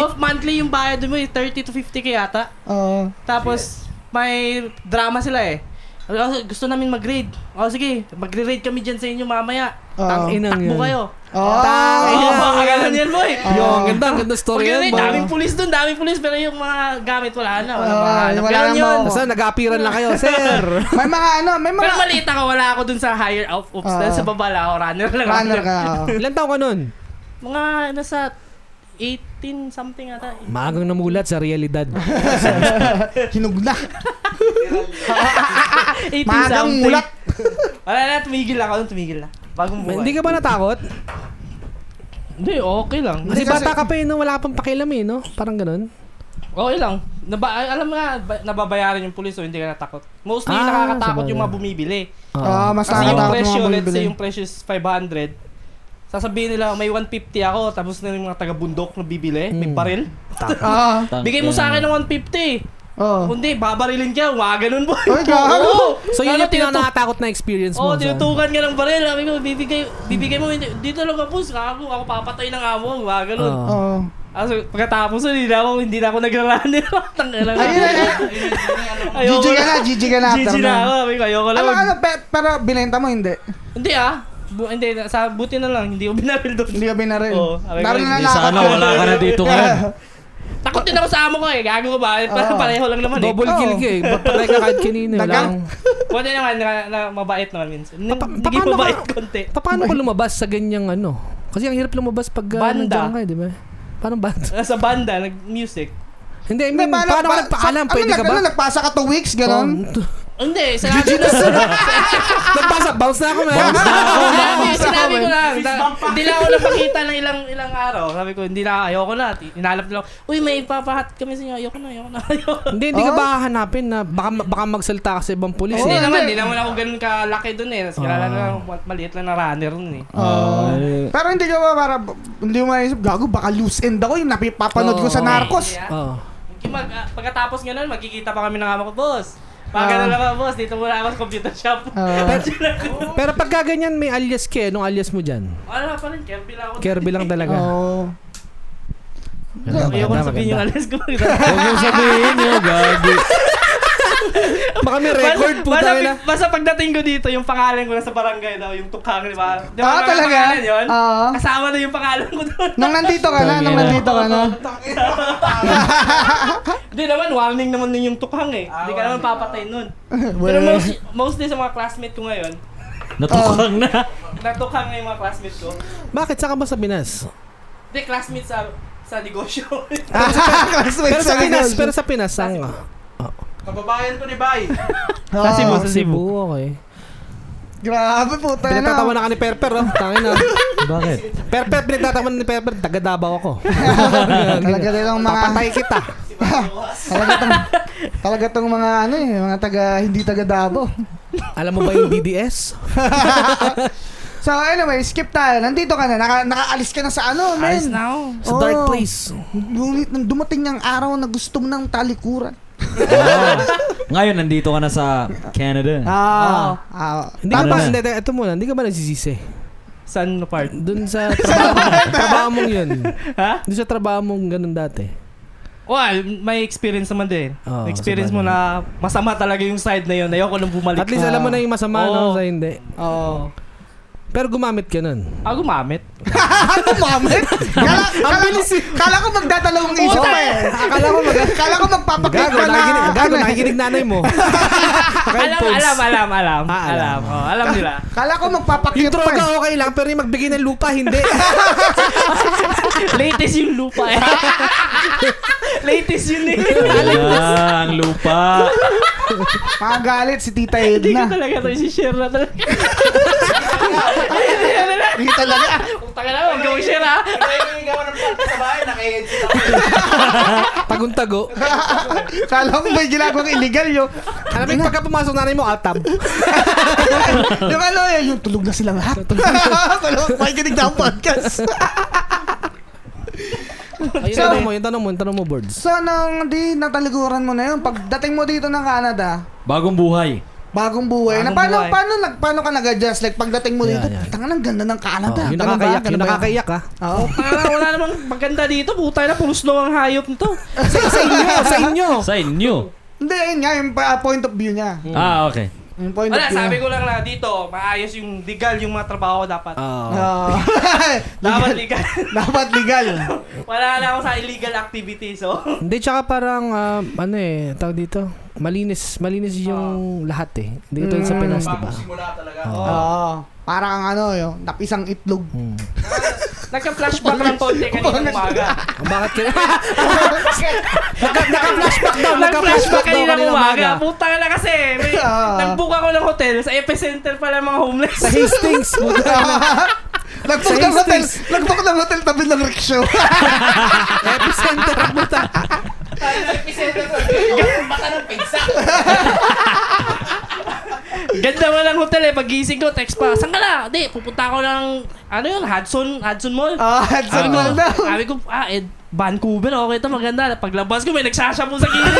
S5: off monthly yung bayad mo, eh, 30 to 50 k yata.
S2: Oo.
S5: Tapos, may drama sila eh. Oh, gusto namin mag-raid. O oh, sige, mag-raid kami dyan sa inyo mamaya.
S2: Oo.
S1: Tang inang Ano
S5: Takbo
S1: yun.
S5: kayo.
S2: Oo.
S5: Oo,
S1: Tangin. Ay,
S5: oh,
S1: yan,
S5: makakagalan
S1: yan.
S5: yan mo eh.
S1: Yo, ang ganda, ang ganda story yan.
S5: Pag-raid,
S1: mga-
S5: daming pulis dun, daming pulis. Pero yung mga gamit, wala na. Wala
S2: Oo,
S5: mahanap.
S2: Ah, wala
S5: Ganun
S2: nang
S5: yun.
S2: mawawala.
S1: Basta nag-appearan lang kayo, sir.
S2: May mga, ano, may mga...
S5: Pero maliit ako, wala ako dun sa higher out oops.
S2: Oo.
S5: dahil sa baba lang ako, runner lang. ako.
S2: Runner ka, oo.
S1: Ilan taong ka nun?
S5: Mga nasa 18 something ata.
S2: Ah.
S1: Maagang namulat sa realidad.
S2: Hinog na.
S5: 18
S2: Magang
S5: something.
S2: mulat.
S5: Wala na, tumigil ako nung tumigil na. Bagong buhay.
S1: Hindi ka ba natakot?
S5: Hindi, okay lang.
S1: Kasi
S2: Hindi kasi-
S1: bata ka pa eh, no? wala ka pang pakialam eh, no? Parang ganun.
S5: Okay lang. Naba, ay, alam mo nga, ba- nababayaran yung pulis so hindi ka natakot. Mostly
S1: Ah,
S5: nakakatakot
S1: sabagay.
S5: yung mga bumibili.
S2: Ah, mas
S5: Kasi yung
S2: nakakatakot
S5: presyo,
S2: mga
S5: let's
S2: bumibili.
S5: say yung presyo is 500. Sasabihin nila, may 150 ako, tapos na yung mga taga-bundok na bibili, may
S1: Hmm.
S5: baril.
S2: Oo.
S5: Bigay mo sa akin ng 150.
S2: Oo.
S5: Hindi, babarilin ka, mga ganun po.
S2: Oh. Ay, gago.
S1: So yun yung
S5: tinutu-
S1: pinakakatakot na experience
S5: Oo,
S1: mo.
S5: oh,
S1: sa-
S5: tinutukan ka ng baril. Sabi mo, bibigay, bibigay mo, hindi, di talaga po, ako, ako papatay ng amo, mga ganun.
S1: Oo.
S2: Oo.
S5: Ah, so, pagkatapos nun, hindi na ako, hindi na ako nagra-runner. Tangina na.
S2: Ayun, ayun.
S5: Ayoko
S2: GG ka na, GG ka na.
S5: GG na ako. Sabi ko, ayoko na.
S2: Ano,
S5: mag-
S2: ano, pe- pero binenta mo, hindi.
S5: Hindi ah. Bu- hindi, sa buti na lang, hindi ko binaril doon.
S2: Hindi ka binaril.
S5: Oo, sabi ko,
S2: Naroon na
S3: Hindi,
S2: nakaka-
S3: sana wala ka na dito ngayon.
S5: Takot din ako sa amo ko eh. Gago ko ba? Parang
S2: Oo.
S5: pareho lang naman eh.
S1: Double
S2: Oo.
S1: kill ka eh. Patay ka kahit kanino.
S2: Dagang.
S1: Lang.
S5: Buti naman, na, na, mabait naman minsan. Nang-
S1: Pa- pa-
S5: Hindi
S1: paano
S5: mabait
S1: ka-
S5: konti.
S1: Pa- Paano ka lumabas sa ganyang ano? Kasi ang hirap lumabas pag uh,
S5: Banda.
S1: nandiyan ka, eh, di ba? Parang banda.
S5: Sa banda, nag-music.
S1: Hindi, I
S2: Hindi,
S1: mean, paano, ka nagpaalam?
S2: ano,
S1: Pwede ka
S2: nag-
S1: ba? Oh.
S2: Ano, nagpasa ka two weeks, gano'n?
S5: Hindi, sinabi ko
S1: Nagpasa, bounce na ako, man.
S2: Ah,
S5: Sinabi- Sinabi ko lang. na- Hindi lang ako napakita ng ilang ilang araw. Sabi ko, hindi na, ayoko na. Ti- Inalap nila ako, uy, may papahat kami sa inyo. Ayoko na, ayoko na, ayoko na.
S1: Hindi, hindi ka
S2: Oo.
S1: ba hahanapin na baka, baka magsalta ka sa ibang pulis eh.
S5: Hindi naman,
S2: hindi.
S5: hindi naman ako ganun kalaki dun eh. Tapos kilala na lang, maliit lang na runner nun eh.
S3: Ah,
S2: Pero hindi ka ba para, hindi mo maisip, gago, baka loose end ako yung napipapanood ko sa
S1: Oo.
S2: Narcos.
S5: Kaya,
S1: Oo.
S5: mag, ah, pagkatapos nga nun, magkikita pa kami ng amo ko, boss. Pag ganun lang ako, boss, dito muna ako sa computer shop.
S2: Ah.
S1: Pero pagka ganyan, may alias ka eh. Anong alias mo dyan?
S5: Wala pa rin, Kirby lang ako.
S1: Kirby lang talaga.
S2: Oo.
S5: Ayoko na
S1: Maganda,
S5: sabihin yung
S1: maganda.
S5: alas ko.
S3: Huwag mo sabihin yun, gagi.
S1: Baka may record,
S5: Basta-
S1: puta ka
S5: basta,
S1: na.
S5: basta pagdating ko dito, yung pangalan ko na sa barangay daw, yung tukang, di ba? Di ba
S2: Ah,
S5: may
S2: talaga?
S5: pangalan yun?
S2: Oo.
S5: Kasama na yung pangalan ko doon.
S2: Nung nandito ka na, nung
S3: Tangina.
S2: nandito ka na.
S5: Hindi naman, warning naman nun yung tukang eh. Hindi ka naman papatay nun. Pero
S2: Well,
S5: most, mostly sa mga classmate ko ngayon,
S3: Natukang na.
S5: natukang na yung mga classmate ko.
S1: Bakit? Saan ka ba sa Pinas?
S5: Hindi, classmate sa sa negosyo.
S1: Pero
S2: ah, classmates
S1: sa
S2: sa
S1: Pinas,
S2: Pinas.
S1: pero sa Pinas, saan ka?
S4: Kababayan ko ni Bay.
S2: Sa Cebu,
S1: Sa Ah, Cebu, okay.
S2: Ah. Grabe po, tayo
S1: Pinagtatawa na ka ni Perper, oh. Tangin na.
S3: Bakit?
S1: Perper, pinagtatawa ni Perper. Taga Davao ako.
S2: Talaga din ang mga...
S1: Papatay kita.
S2: talaga tong, talaga tong mga ano eh, mga taga, hindi taga Dabo.
S1: Alam mo ba yung DDS?
S2: So anyway, skip tayo. Nandito ka na, naka, nakaalis ka na sa ano, men. Oh.
S5: Ayos na oh. ako.
S1: Sa
S2: Oo.
S1: dark place.
S2: Ngunit nang dumating ang araw na gusto mo ng talikuran.
S3: Ah, Ngayon, nandito ka na sa Canada.
S2: Ah. ah.
S1: Hindi ka
S3: Tama
S1: ba,
S3: na.
S1: hindi, hindi, ito muna, hindi ka ba nagsisisi?
S5: San part?
S1: Doon sa trabaho, trabaho mong yun.
S5: Ha?
S1: Doon sa trabaho mong ganun dati.
S5: Well, may experience naman din. eh.
S1: Oo,
S5: experience mo
S1: sabagay.
S5: na masama talaga yung side na yun. Ayoko nang bumalik.
S1: At least alam mo na yung masama,
S5: Oo.
S1: no? Sa hindi.
S5: Oo.
S1: Pero gumamit ka nun.
S5: Ako Ah, gumamit.
S2: ano mamit? Kala, kala, ko, kala ko magdadalawang isip pa eh. Akala ko, mag, kala ko magpapakit
S1: Gago,
S2: pa na.
S1: nakikinig, gago, nakikinig nanay mo.
S5: alam,
S1: folks.
S5: alam, alam, alam.
S1: Ah, alam.
S5: alam. Oh, alam nila.
S2: Kala ko magpapakit
S1: Yung
S2: pa eh.
S1: droga okay lang, pero yung magbigay ng lupa, hindi.
S5: Latest yung lupa eh. Latest yun eh.
S3: Wala, ang lupa.
S2: Magalit si Tita
S5: Hindi ko
S2: Edna.
S5: talaga ito isi-share na talaga.
S2: Hindi talaga.
S5: Puta ka na, huwag kang i-share ah. ha.
S6: Nakikinig ako ng podcast sa bahay, naka-headset ako.
S1: Taguntago.
S2: Kala ko may ginagawang illegal yun.
S1: Alam mo, yung pagka pumasok nanay mo, atab.
S2: yung ano eh, yung tulog na sila lahat. Kala ko makikinig na ang podcast.
S1: Ay, yung tanong mo, yung tanong mo, yung tanong mo, boards.
S2: So nang di nataliguran mo na yun, pagdating mo dito ng Canada,
S3: Bagong buhay.
S2: Bagong buhay. na
S5: Bagong
S2: paano,
S5: buhay.
S2: paano, nag, paano ka nag-adjust? Like, pagdating mo
S1: Yeah,
S2: dito,
S1: yeah.
S2: tangan ang ganda ng Canada.
S1: Oh, yung
S2: Ganun ba?
S1: nakakaiyak, yung
S2: Ganun ba yun?
S1: nakakaiyak ah. ha.
S2: Oo.
S5: Parang Ah, wala namang maganda dito. Puta na, punos daw ang hayop nito.
S1: Sa, sa inyo, sa inyo.
S3: Sa inyo.
S2: Hindi, yun nga, yung pa- point of view niya.
S3: Ah, okay.
S2: Yung point of
S5: Wala,
S2: view.
S5: sabi ko lang na dito, maayos yung legal yung mga trabaho dapat.
S1: Ah.
S2: Oo.
S5: Dapat
S2: legal.
S5: legal.
S2: Dapat legal.
S5: wala na ako sa illegal oh. activity, so.
S1: Hindi, tsaka parang, ah, ano eh, tawag dito, malinis, malinis yung lahat eh. Hindi ito sa Pinas, diba?
S6: Simula talaga.
S2: Oo. Parang ang ano, yung napisang itlog.
S1: Hmm.
S5: Nagka-flashback ng konti kanina umaga.
S1: Bakit kaya? Naka- Naka-flashback daw,
S5: Nag-flashback
S1: naka-flashback daw
S5: kanina
S1: kanina umaga.
S5: umaga. Puta na kasi. May,
S2: Ah.
S5: nag-book ako ng hotel. Sa epicenter pala mga homeless.
S1: Sa Hastings, puta.
S2: Nagbook
S1: Sa
S2: ng hotel,
S1: Hastings.
S2: nagbook ng hotel tabi ng rickshaw.
S1: Epicenter, puta.
S6: Epicenter ko. Ang baka ng pizza.
S5: Ganda mo ng hotel eh. Pagising ko, text pa. Saan ka na? Di, pupunta ako ng, ano yun, Hudson, Hudson Mall.
S2: Ah, Hudson
S5: Sabi ko-
S2: Mall na.
S5: Sabi ko, ah, eh, Vancouver, okay ito, maganda. Paglabas ko, may nagsasapo sa gilid.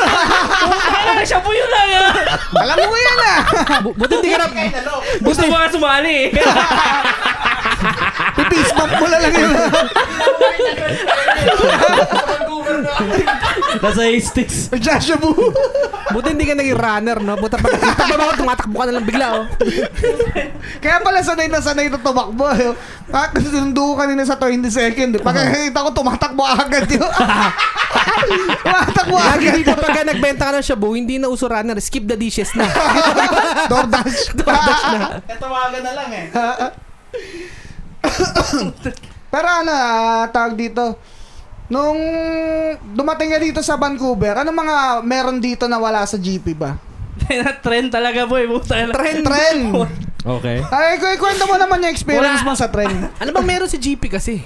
S5: Puta na, shampoo yun lang. ah.
S2: Alam mo yan ah.
S1: Bu- Buti hindi ka na...
S6: Ay, nalo.
S5: Gusto mo nga sumali eh.
S2: Pipice bump mo na lang yun.
S6: Sa Vancouver na.
S3: Nasa sticks.
S2: Joshua Boo.
S1: Buti hindi ka naging runner, no? Buta pag takbo ba ako, tumatakbo ka na lang bigla, oh.
S2: Kaya pala sanay na sanay na tumakbo. eh. Ah, kasi sinundo ko kanina sa 20 second. eh. Pagkakita ko, tumatakbo agad yun. tumatakbo
S1: Lagi
S2: agad.
S1: dito pagka nagbenta ka ng shabu, hindi na uso runner, skip the dishes na.
S2: DoorDash. DoorDash na.
S6: Katawagan na lang eh.
S2: Pero ano, ah, tawag dito. Nung dumating ka dito sa Vancouver, ano mga meron dito na wala sa GP ba?
S5: Trend talaga boy, puta na.
S2: Tren. Tren.
S3: Okay.
S2: Ay, ku- kwento mo naman yung experience mo sa tren.
S1: Ano bang meron si GP kasi?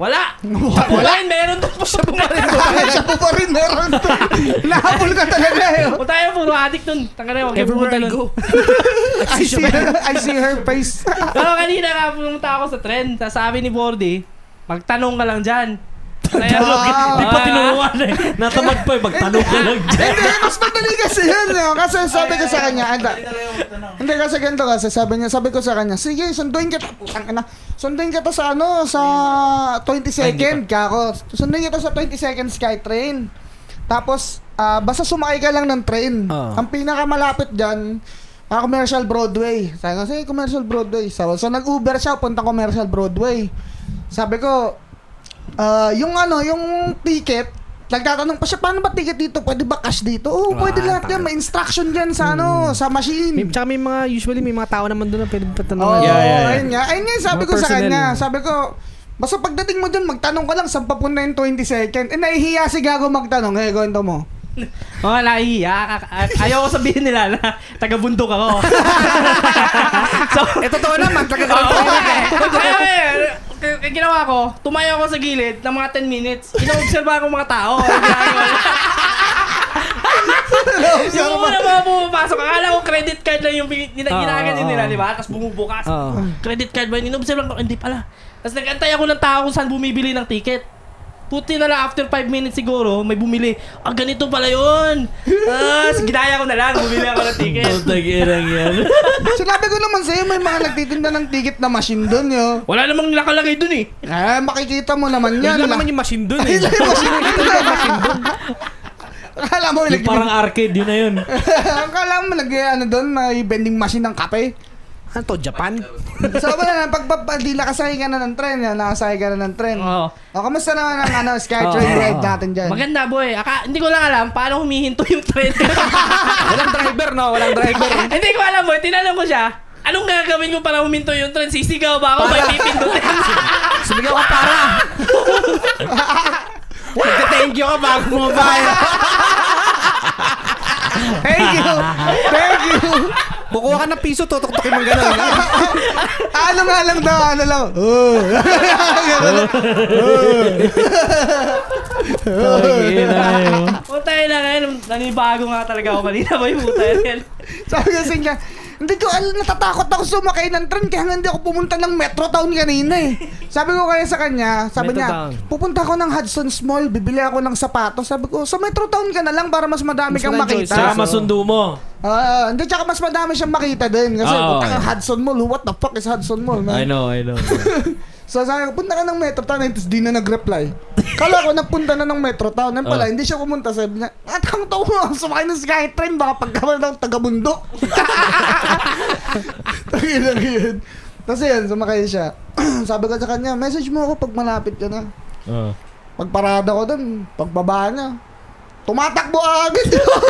S5: Wala. Wala, meron doon po siya
S2: Bakit siya po pa rin meron to? Nahabol ka talaga eh.
S5: Punta tayo, puro addict nun. Tanga na, huwag kayo
S1: Everywhere
S5: pumunta
S1: I
S5: nun.
S1: go.
S2: I see her, I see her face.
S5: Pero kanina nga, pumunta ako sa trend. Tapos sabi ni Bordy, magtanong ka lang dyan. Kaya,
S2: Ah.
S3: Di pa tinuruan eh. Natamad pa eh. Magtanong ka lang dyan.
S2: Hindi, mas madali kasi yun. eh. Kasi sabi ko sa kanya, anda,
S6: Hindi talaga yung
S1: Ano?
S6: tanong.
S2: hindi kasi ganito kasi sabi niya, sabi ko sa kanya, sige, sunduin kita, putang ina. Sunduin kita sa ano, sa 22nd, kako. Sunduin kita sa 22nd Skytrain. Tapos, ah, basta sumakay ka lang ng train.
S1: Ah.
S2: Ang pinakamalapit dyan, ah, Commercial Broadway. Sabi ko, sige, Commercial Broadway. So, so nag-Uber siya, punta Commercial Broadway. Sabi ko, ah, yung ano, yung ticket, nagtatanong pa siya, paano ba ticket dito? Pwede ba cash dito? Oo, pwede
S1: Ah,
S2: lahat yan. May instruction dyan sa ano, sa machine.
S1: Hmm. May, tsaka may mga, usually may mga tao naman doon na pwede
S2: Oo,
S1: patanungan.
S3: Yeah, yeah, yeah.
S2: ayun nga. Ayun nga yung sabi
S1: Mga
S2: ko sa
S1: personnel.
S2: kanya. Sabi ko, basta pagdating mo dyan, magtanong ka lang saan papunta yung 22nd. Eh, nahihiya si Gago magtanong. Eh, kwento mo.
S5: oh, nahihiya. Ak- ak- Ayoko sabihin nila na taga-bundok ako. so,
S1: Eh, totoo naman, taga
S5: Oo,
S1: Grand
S5: nga eh. Kaya nga eh, k- k- ginawa ko, tumayo ako sa gilid ng mga 10 minutes. Inoobserba ko mga tao. Ang ginagawa nila. Yung una mga pumapasok, akala ko credit card lang yung bin- gina-
S1: Oo,
S5: ginaganyan
S1: oo,
S5: nila,
S1: oo.
S5: di ba? Tapos bumubukas.
S1: Oo.
S5: Credit card ba yun? Inobserve lang ko, hindi pala. Tapos nagantay ako ng tao kung saan bumibili ng ticket. Puti na lang, after 5 minutes siguro, may bumili. Ah, ganito pala yun! Tapos, ginaya ko na lang, bumili ako ng ticket.
S3: Putang irang yan.
S2: Sinabi ko naman sa'yo, may mga nagtitinda ng ticket na machine doon, yo.
S5: Wala namang nakalagay dun eh.
S2: Eh, makikita mo naman
S1: Yan
S2: yan.
S1: naman yung machine dun eh.
S2: Hindi mo sinakita yung machine doon. Akala mo,
S3: Yung
S2: nag-
S3: parang arcade, yun na yun.
S2: Akala mo, nag, ano doon, may vending machine ng kape.
S1: Ano to, Japan?
S2: so, wala na, pag, pag, pag di nakasakay ka na ng tren, yan, nakasakay ka na ng tren.
S5: Oo.
S2: O, kamusta naman ang ano, Skytrain
S5: Oo.
S2: ride natin dyan?
S5: Maganda boy. Aka, hindi ko lang alam paano humihinto yung train.
S1: Walang driver, no? Walang driver.
S5: hindi ko alam boy. Tinanong ko siya, anong gagawin ko para huminto yung train? Sisigaw ba ako? May pipindutin.
S1: Sumigay ka para. Nagka-thank you ka bago mo ba?
S2: Thank you! Thank you!
S1: Kukuha ka ng piso, tutuktukin mo gano'n.
S2: ano nga lang daw, ano lang. Oh. Ganun lang.
S3: Putang ina yun.
S5: Putay na ngayon. Nanibago nga talaga ako kanina boy. Putay na yan.
S2: Sabi ko sa inyo, hindi ko alam, natatakot ako sumakay ng tren kaya nga hindi ako pumunta ng Metro Town kanina eh. Sabi ko kaya sa kanya, sabi
S1: Metro
S2: niya,
S1: Town.
S2: pupunta ako ng Hudson's Mall, bibili ako ng sapatos. Sabi ko, sa Metro Town ka na lang para mas madami
S1: Mas
S2: kang
S1: madami
S2: makita.
S1: choices.
S3: Saka masundo mo.
S2: Ah, hindi, tsaka mas madami siyang makita din. Kasi
S1: Ah,
S3: Oo.
S2: punta ka Hudson Mall, what the fuck is Hudson Mall, man?
S3: I know, I know.
S2: So sabi ko, punta ka ng Metro Town, eh, tapos di na nag-reply. Kala ko, nagpunta na ng Metro Town. Yan pala,
S3: Oo.
S2: hindi siya pumunta. Sabi niya, at ang taong mo, sumakay ng Skytrain, baka pagkaman ng tagabundo. Tangin lang yun. Tapos yun, sumakay siya. sabi ko sa kanya, message mo ako pag malapit ka na.
S3: Oh.
S2: Pagparada ko dun, pagbaba niya. Tumatakbo agad yun.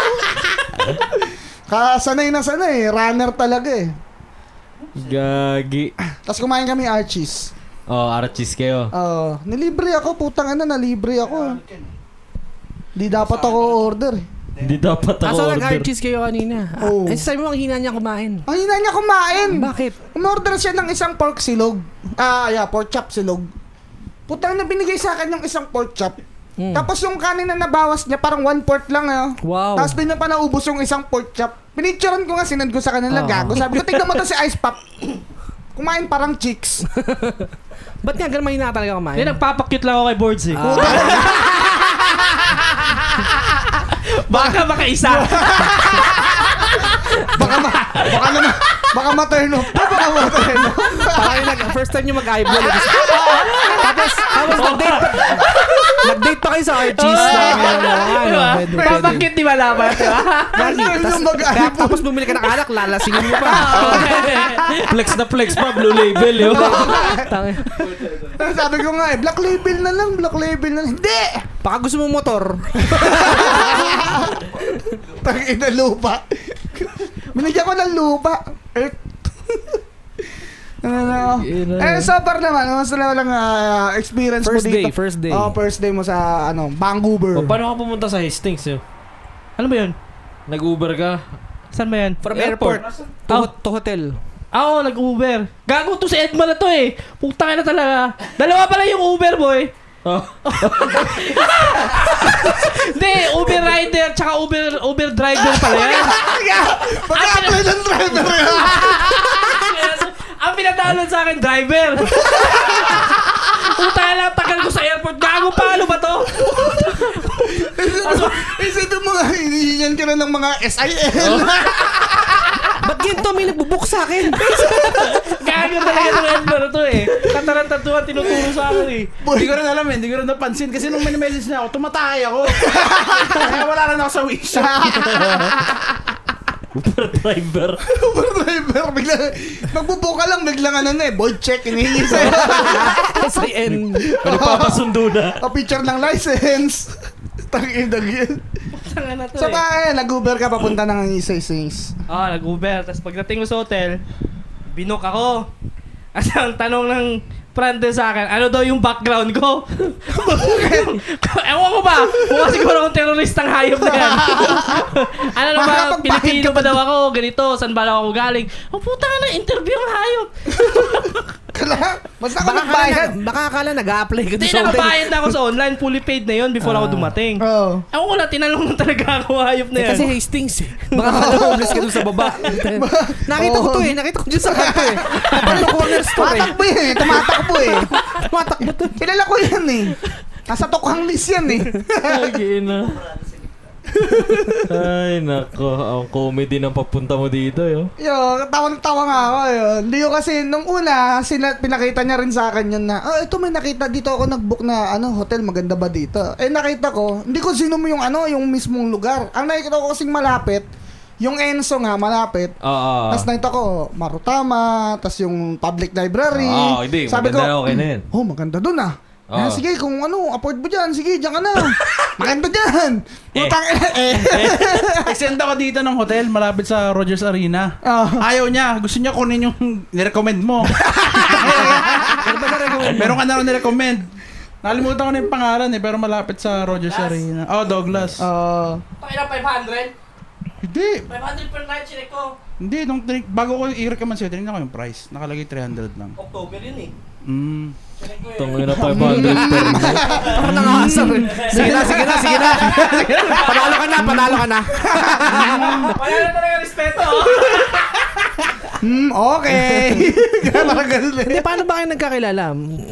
S2: Kasanay na sanay, runner talaga eh.
S3: Gagi.
S2: Tapos kumain kami Archie's.
S3: Oh, archis kayo.
S2: Oo. nilibre ako, putang ina, nalibre
S4: Ah.
S2: ako. Di dapat ako order. eh.
S3: Hindi dapat ako
S1: Kaso
S3: order.
S1: nag-archis kayo kanina.
S2: Oo.
S1: Ay, sabi mo, ang hina niya kumain.
S2: Ang hina niya kumain.
S1: Bakit?
S2: Umorder siya ng isang pork silog. Ah, yeah, pork chop silog. Putang na binigay sa akin yung isang pork chop.
S1: Mm.
S2: Tapos yung kanin na nabawas niya, parang one fourth lang. Eh.
S1: Wow.
S2: Tapos din na pa naubos yung isang pork chop. Pinicturean ko nga, sinend ko sa kanila,
S1: Oo.
S2: gago. Sabi ko, tignan mo to si Ice Pop. Kumain parang chicks.
S1: Ba't nga ganun mahina talaga kumain?
S5: Hindi, nagpapakyut lang ako kay boards eh.
S1: Ah,
S5: Baka makaisa.
S2: Baka ma, baka naman, baka ma-turn off. Baka ma-turn off.
S1: parang nag, first time niyo mag-eyeball. Tapos, tapos, tapos nag-date pa, nag-date pa kayo sa Archie's.
S5: Oo.
S1: Ano, ano,
S5: diba?
S1: pwede, pwede.
S5: Papakyut di ba laban? Diba?
S2: Lagi yung mag
S1: Kaya, tapos bumili ka ng alak, lalasingin mo pa.
S3: flex na flex pa, blue label yun.
S1: Tangin.
S2: Sabi ko nga eh, black label na lang, black label na lang. Hindi!
S1: Baka gusto mo motor.
S2: Tangin na lupa. Binigyan ko ng lupa. Earth. ano na ako? Eh, so far naman, mas na lang ah, experience mo
S1: First
S2: dito.
S1: day, first day. Oh,
S2: Oh, first day mo sa, ano, Vancouver.
S3: O, paano ka pumunta sa Hastings yun?
S5: Ano ba yun?
S3: Nag-Uber ka?
S5: Saan ba yun?
S1: From airport. To,
S5: Oh.
S1: to hotel.
S5: Ah, Oo, nag-Uber. Gago to si Edma na to eh. Puta na talaga. Dalawa pala yung Uber, boy.
S3: Oh.
S5: Hindi, Uber rider tsaka Uber Uber driver pala yan.
S2: Pag-apply ng driver yun.
S5: Ang pinadalon sa akin, driver. Puta na, tagal ko sa airport. Gago pa, ano ba to?
S2: Isipin mo- Isipin mo nga, hinihinyan ka na ng mga SIL.
S1: Oh, Ba't ganito may nagbubook sa akin?
S5: Gago talaga ng Edma na to eh. Katarantatuhan tinuturo sa akin eh.
S4: Hindi ko rin alam eh, hindi ko rin napansin kasi nung may message na ako, tumatay ako. Kaya wala rin ako sa wish.
S3: Uber driver.
S2: Uber driver, bigla, magbubuka lang, biglang ano na eh, boy check, hinihingi sa'yo.
S1: SIN.
S3: Nagpapasundo na.
S2: A picture ng license. Tangin na yun.
S5: Tanga na to
S2: So
S5: eh.
S2: pa, eh, nag-Uber ka papunta ng isa-isings.
S5: Ah, nag-Uber. Tapos pagdating ko sa hotel, binook ako. At ang tanong ng friend din sa akin, ano daw yung background ko? Ewan ko ba? Mukha siguro akong teroristang hayop na yan. ano na ba?
S2: Makakapagpahid
S5: Pilipino ba daw ako? Ganito? Saan ba daw ako galing? Oh, puta ka na, interview ang hayop.
S2: Kala, basta ka
S1: Baka akala,
S2: nagbayad.
S1: na- baka akala nag-a-apply ka
S5: Hindi,
S1: doon sa hotel. Ah.
S5: nakabayad na ako sa online. Fully paid na yon before ako dumating.
S2: Oo. Oh.
S5: Ewan ko na, tinanong na talaga ako hayop na
S1: Eh,
S5: yan.
S1: kasi Hastings eh. Baka akala homeless ka doon sa baba. nakita ko to eh. Nakita ko dyan sa kanto eh. Kapag corner store eh.
S2: Tumatakbo yun eh, tumatakbo eh.
S1: Tumatakbo to.
S2: Kilala ko yan eh. Nasa tokhang list yan eh.
S3: Lagi na. Ay, nako. Ang comedy ng papunta mo dito, yo.
S2: Yo, tawang tawa nga ako yun. Hindi ko kasi nung una, sina, pinakita niya rin sa akin yun na, ah, ito may nakita dito ako nag-book na ano, hotel, maganda ba dito? Eh nakita ko, hindi ko sino mo yung ano, yung mismong lugar. Ang nakita ko kasing malapit, yung Enso nga malapit.
S3: Oo.
S2: Tapos nakita ko, Marutama, tapos yung public library.
S3: Oo, hindi.
S2: Sabi
S3: Maganda na
S2: ko,
S3: Ah, okay na yun.
S2: oh, maganda dun ah.
S3: Oo.
S2: Ah, sige, kung ano, afford mo dyan, sige, dyan ka na. maganda dyan.
S3: Eh.
S2: Utang, eh.
S4: Extend ako dito ng hotel malapit sa Rogers Arena.
S2: Ah.
S4: Ayaw niya. Gusto niya kunin yung nirecommend mo. Meron ka na rin nirecommend. Nalimutan ko na yung pangalan eh, pero malapit sa Rogers
S5: Douglas?
S4: Arena. Oh, Douglas.
S2: Ah.
S5: Pakailan 500?
S4: Hindi.
S5: 500 per night sinek ko.
S4: Hindi, nung tinik- bago ko i-recommend sa'yo, tinignan ko yung price. Nakalagay 300 lang.
S5: October yun eh.
S4: Mm.
S5: Sinek ko eh.
S3: Tungo na 500 ano, per night.
S1: Parang nangasar eh. Sige na, sige na, sige na. panalo ka na, panalo ka na.
S5: Wala na talaga respeto. oh.
S2: Hmm, okay. Parang ganun eh.
S1: Hindi, paano ba kayo nagkakilala?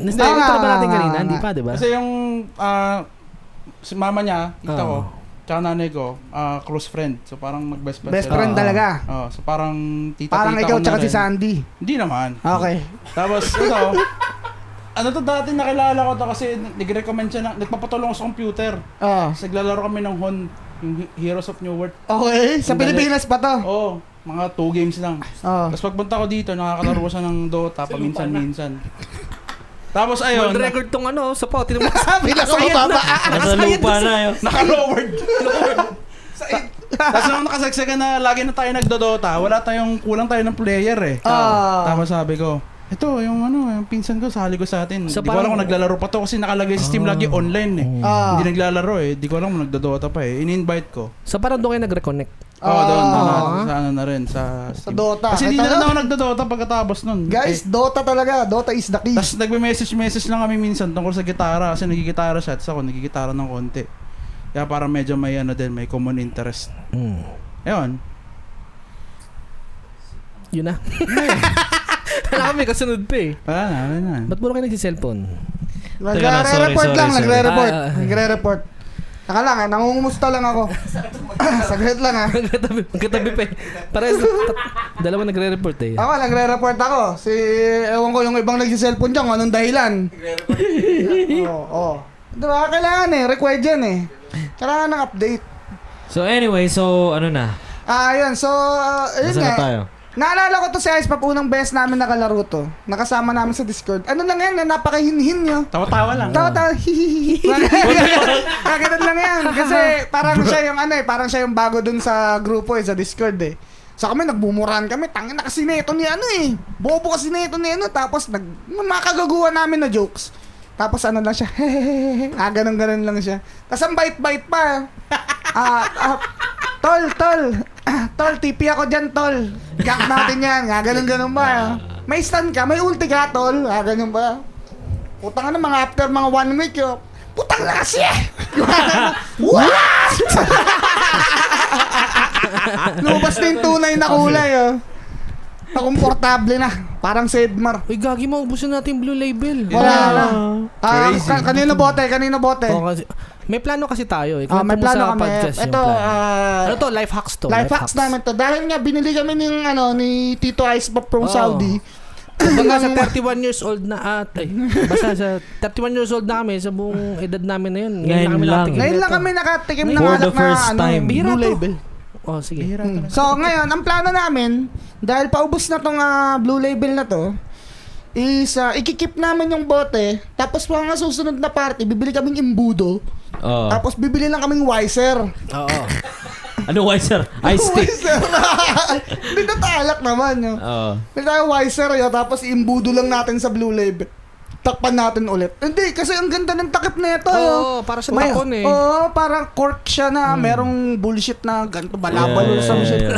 S1: Nasa
S2: Oo nga,
S1: ito ba natin
S2: nga,
S1: kanina?
S2: nga.
S1: Hindi pa, di ba?
S4: Kasi yung ah, si mama niya, tita ko,
S1: Oo.
S4: tsaka nanay ko, ah, close friend. So parang mag-best friend
S2: Best
S4: sila.
S2: friend
S1: Oo.
S2: talaga.
S4: Oh, so parang tita-tita
S2: Parang ikaw
S4: ko na
S2: tsaka si
S4: rin.
S2: Sandy.
S4: Hindi naman.
S2: Okay.
S4: Tapos ito, ano to dati nakilala ko to kasi nag-recommend siya na, nagpapatulong ako sa computer.
S2: Oh.
S4: Tapos naglalaro kami ng Hon, yung He- Heroes of New World.
S2: Okay, sa
S4: Sandali.
S2: Pilipinas pa to.
S4: Oo, mga two games lang.
S2: Oh.
S4: Tapos pagpunta ko dito, nakakalaro ko siya ng Dota paminsan-minsan. Tapos ayun,
S1: World record tong ano, sa po. Tinan mo.
S2: Sabi na sa baba.
S3: Nasa lupa na, yo.
S4: naka-lowered. Tapos nung nakasagsagan na lagi na tayo nagdodota, wala tayong, kulang tayo ng player eh.
S2: Ah.
S4: Tapos sabi ko, ito, yung ano, yung pinsan ko, sali ko sa atin.
S1: So,
S4: Di ko alam
S1: parang-
S4: kung naglalaro pa to kasi nakalagay sa Steam lagi online eh.
S2: Ah.
S4: Hindi naglalaro eh. Di ko alam kung nagdodota pa eh. In-invite ko.
S1: So parang doon kayo nag-reconnect.
S4: Oo, oh, doon.
S2: Ah.
S4: Sa, sa ano na rin. Sa,
S2: Sa Dota.
S4: Kasi hindi
S2: Ito
S4: na rin
S2: na.
S4: ako nagdodota pagkatapos nun.
S2: Guys, Dota talaga. Dota is the key.
S4: Tapos nagme-message-message lang kami minsan tungkol sa gitara. Kasi nagigitara siya. Tapos ako nagigitara ng konti. Kaya parang medyo may ano din, may common interest.
S1: Mm.
S4: Ayun.
S1: Yun na. Wala kami, kasunod pa eh.
S4: Wala na, wala na.
S1: Ba't puro kayo nagsiselfon?
S3: Teka na, sorry,
S2: Nagre-report
S3: sorry,
S2: lang,
S3: sorry.
S2: nagre-report.
S1: Ah, ah.
S2: Nagre-report. Taka lang, eh, nangungumusta lang ako. Saglit lang ah.
S1: Magkatabi, magkatabi pa eh. Parehas, tat- dalawa nagre-report eh.
S2: Ako, nagre-report ako. Si, ewan ko yung ibang nagsiselfon dyan, kung anong dahilan. Oo, oo. Diba, kailangan eh, required yan eh. Kailangan ng update.
S3: So anyway, so ano na?
S2: Ah, yun. So, uh, yun
S3: Nasaan na
S2: nga.
S3: tayo?
S2: Naalala ko to si Ice Pop, unang beses namin nakalaro to. Nakasama namin sa Discord. Ano lang yan, na napakahinhin nyo.
S4: Tawa-tawa lang.
S2: Tawa tawa, hihihihi. Ah, ganun lang yan. Kasi parang siya yung ano eh, parang siya yung bago dun sa grupo eh, sa Discord eh. Sa kami, nagbumurahan kami. Tangin na kasi neto ni ano eh. Bobo kasi neto ni ano. Tapos, nag, makagagawa namin na jokes. Tapos ano lang siya, hehehehe. Ah, ganun-ganun lang siya. Tapos ang bait-bait pa. Ah, ah, tol, tol. Ah, tol, tipi ako dyan, tol. Gak natin yan. Ah, ganun-ganun ba. May stun ka, may ulti ka, tol. Ah, ganun ba. Putang na mga after mga one week yo. Putang na kasi eh! What? Lumabas na yung tunay na kulay oh. Nakomportable na. Parang Sedmar.
S1: Uy, gagi mo, ubusin natin yung blue label.
S2: Wala na. Ah, ka- kanino bote? Kanino bote?
S1: Oo, kasi, may plano kasi tayo eh.
S2: Ah, may
S1: Kwento mo sa
S2: plano kami.
S1: podcast yung
S2: Ito,
S1: plano.
S2: ah,
S1: ano to? Life hacks to.
S2: life hacks namin to. Dahil nga binili kami ng ano ni Tito Ice Pop from
S1: Oo.
S2: Saudi.
S1: Hmm. Kumbaga sa
S2: Ng-
S1: 31 years old na at ay, basta sa 31 years old na kami sa buong edad namin na yun.
S3: Ngayon
S1: kami
S3: lang.
S1: nakatikim
S2: Ngayon lang
S1: nito.
S2: kami nakatikim ng
S3: For
S2: alak
S3: the first
S2: na ano,
S3: time.
S2: blue
S1: Bira to.
S2: label.
S1: Oh, sige.
S2: Mm. So ngayon, ang plano namin, dahil paubos na tong ah, blue label na to, is ah, ikikip namin yung bote, tapos mga susunod na party, bibili kaming imbudo,
S3: Oh.
S2: tapos bibili lang kaming wiser.
S1: Oo.
S3: Ano, Wiser? Ice tea.
S2: Wiser! Hindi na talak naman. Yo.
S3: Oo.
S2: Hindi tayo wiser, yo, tapos imbudo lang natin sa blue label. Takpan natin ulit. Hindi, kasi ang ganda ng takip na ito. yo.
S1: Oo, para sa takon eh.
S2: Oo, parang cork siya na merong bullshit na ganito, balabal or some shit.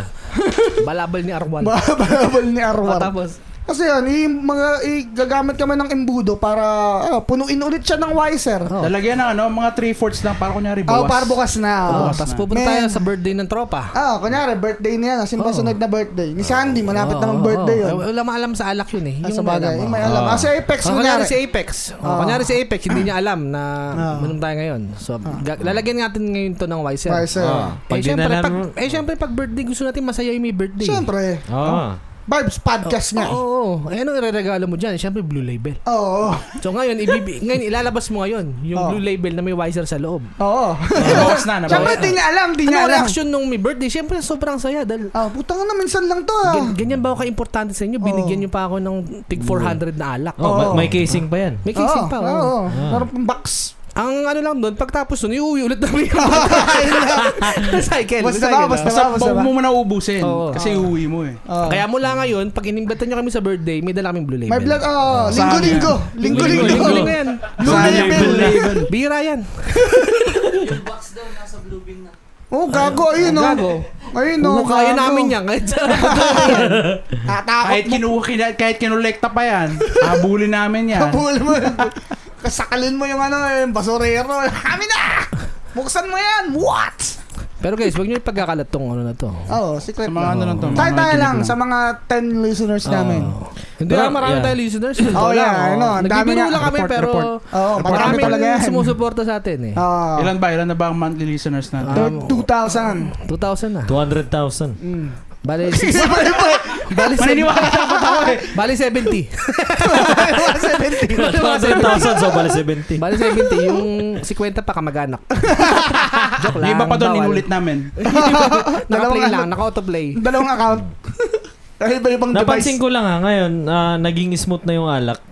S1: Balabal ni Arwan.
S2: Balabal ni
S1: Oh,
S2: Arwar.
S1: tapos,
S2: Kasi yun, i- mga, i- gagamit kami ng embudo para ah, punuin ulit siya ng wiser.
S1: Oh.
S4: Lalagyan ng ano, mga 3/4 lang para kunyari bukas.
S2: Oh, para bukas na.
S1: Oo,
S2: Oo,
S4: Bukas
S1: Oh, tapos
S4: na.
S1: pupunta
S2: Man.
S1: tayo sa birthday ng tropa.
S2: Ah, kunyari, birthday niya yan. Kasi ba
S1: Oo.
S2: sunod na birthday? Ni Sandy, malapit
S1: Oo,
S2: na
S1: oo,
S2: mag-birthday
S1: oo.
S2: yun.
S1: Wala maalam sa alak yun eh.
S2: Ah,
S1: Oh, Yung
S2: sa bagay.
S1: alam,
S2: Yung
S1: oo.
S2: may alam. Ah, si Apex,
S1: Oh,
S2: kunyari.
S1: kunyari si Apex.
S2: Oo.
S1: Oh, kunyari si Apex, hindi niya alam na
S2: Oo.
S1: minum tayo ngayon. So,
S2: Ah.
S1: ga- lalagyan natin ngayon to ng Wiser.
S2: Wiser.
S1: Eh,
S3: Pag di
S1: syempre,
S3: na
S1: pag,
S3: namin-
S1: eh, syempre, pag birthday, gusto natin masaya yung may birthday. Oh,
S2: Siyempre.
S3: Oo.
S2: Vibes podcast nga.
S1: Oo,
S2: Oo.
S1: oo. Eh, ano ireregalo mo dyan? Siyempre, Blue Label.
S2: Oo.
S1: So, ngayon, ibibi- ngayon ilalabas mo ngayon yung
S2: Oo.
S1: Blue Label na may Wiser sa loob.
S2: Oo.
S4: Bukas na, na
S2: Siyempre, di niya alam, di niya
S1: Ah. Ano ang
S2: alam.
S1: reaction nung may birthday? Siyempre, sobrang saya dahil
S2: Ah, putang na, minsan lang to ah. Oh.
S1: gan- ganyan ba ako ka-importante sa inyo? Binigyan niyo pa ako ng tig 400 na alak.
S3: Oh,
S2: Oo.
S3: may, may casing pa yan.
S1: May kissing
S2: Oo,
S1: pa. oh.
S2: Oo.
S1: oo.
S3: Ah.
S2: Parang pang box.
S1: Ang ano lang doon, pagtapos nun, iuwi ulit namin yung cycle.
S2: Basta ba,
S1: recycle,
S2: basta
S1: no?
S2: ba,
S4: Basta
S2: basta ba.
S4: mo muna ubusin
S1: Oo.
S4: kasi uuwi mo eh.
S2: Oo.
S1: Kaya mula ngayon, pag inimbatan nyo kami sa birthday, may dala kaming blue label.
S2: May blood, oh, linggo-linggo. Linggo-linggo.
S1: Linggo-linggo yan.
S2: Blue label.
S1: Bira yan.
S6: Yung box daw nasa blue bin na.
S2: Oh, gago, ayun oh.
S1: Gago.
S2: Ayun oh.
S1: No, kaya
S2: gago.
S1: namin yan. Kahit sa
S2: Tatakot
S4: Kahit kinuha kina- kahit kinolekta pa yan, habulin namin yan.
S2: Kabul mo. Kasakalin mo yung ano, yung basurero. Kami na! Buksan mo yan! What?
S1: Pero guys, huwag nyo ipagkakalat tong ano na to.
S2: Oo, oh, secret
S4: Sa mga ano lang to. mga
S2: Tayo tayo
S4: kilig
S2: lang sa mga 10 listeners
S1: Oh.
S2: namin.
S1: Oo. Ah. Hindi lang, marami
S3: Yeah.
S1: tayo listeners.
S2: Oh, yeah, ano, ang dami
S1: Nagbibiro
S2: nga.
S1: lang kami,
S4: Report,
S1: pero
S4: report.
S2: Oo, oh, marami
S1: maraming
S2: talaga yan. Ah.
S1: sumusuporta sa atin eh.
S2: Oo.
S4: Ilan ba? Ilan na ba ang monthly listeners natin?
S2: Third 2,000.
S1: 2,000 na.
S3: 200,000.
S2: Mm.
S1: ah. Bale, six- bale, seven-
S4: Maniniwala ako tao eh.
S1: bale 70.
S3: 200,000 so bali 70.
S1: Bale 70, yung 50 pa kamag-anak. Joke
S4: Yung
S1: lang.
S4: iba pa doon,
S1: bawal.
S4: inulit namin.
S1: Naka-play lang, naka-autoplay.
S2: Dalawang account. Dahil iba ibang
S3: Napansin
S2: device.
S3: ko lang ha, ngayon, ah, naging smooth na yung alak.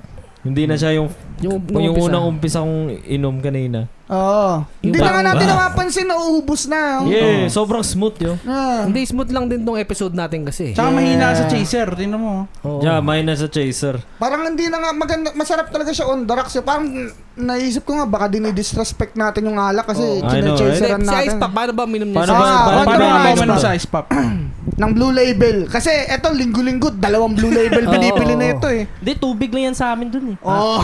S3: Hindi na siya yung
S1: Yung,
S3: yung, unang um- umpisa kong inom kanina.
S2: Oo. Hindi na nga
S1: parang-
S2: natin napapansin, nauubos na. oh.
S1: Oo.
S3: Yeah, sobrang smooth yun.
S2: Ah.
S1: Hindi, smooth lang din tong episode natin kasi.
S4: Tsaka mahina sa chaser, tinan mo.
S1: Oo.
S3: Yeah, minus sa chaser.
S2: Parang hindi na nga maganda, masarap talaga siya on the rocks. eh. Parang naisip ko nga baka dinidisrespect natin yung alak kasi
S3: Oo, I know,
S2: chinachaseran
S1: Hindi, si
S2: natin.
S1: Ice Pack, paano ba minum niya?
S3: Paano
S1: si-
S2: Ah,
S3: ba, paano,
S2: wag
S3: paano,
S2: na, wag
S3: ba
S4: Ano
S3: minum
S2: na.
S3: to?
S4: sa ice pop?
S2: ng Blue Label. Kasi eto, linggo-linggo, dalawang Blue Label binibili na ito eh.
S5: Hindi, tubig lang yan sa amin dun eh.
S2: Oh,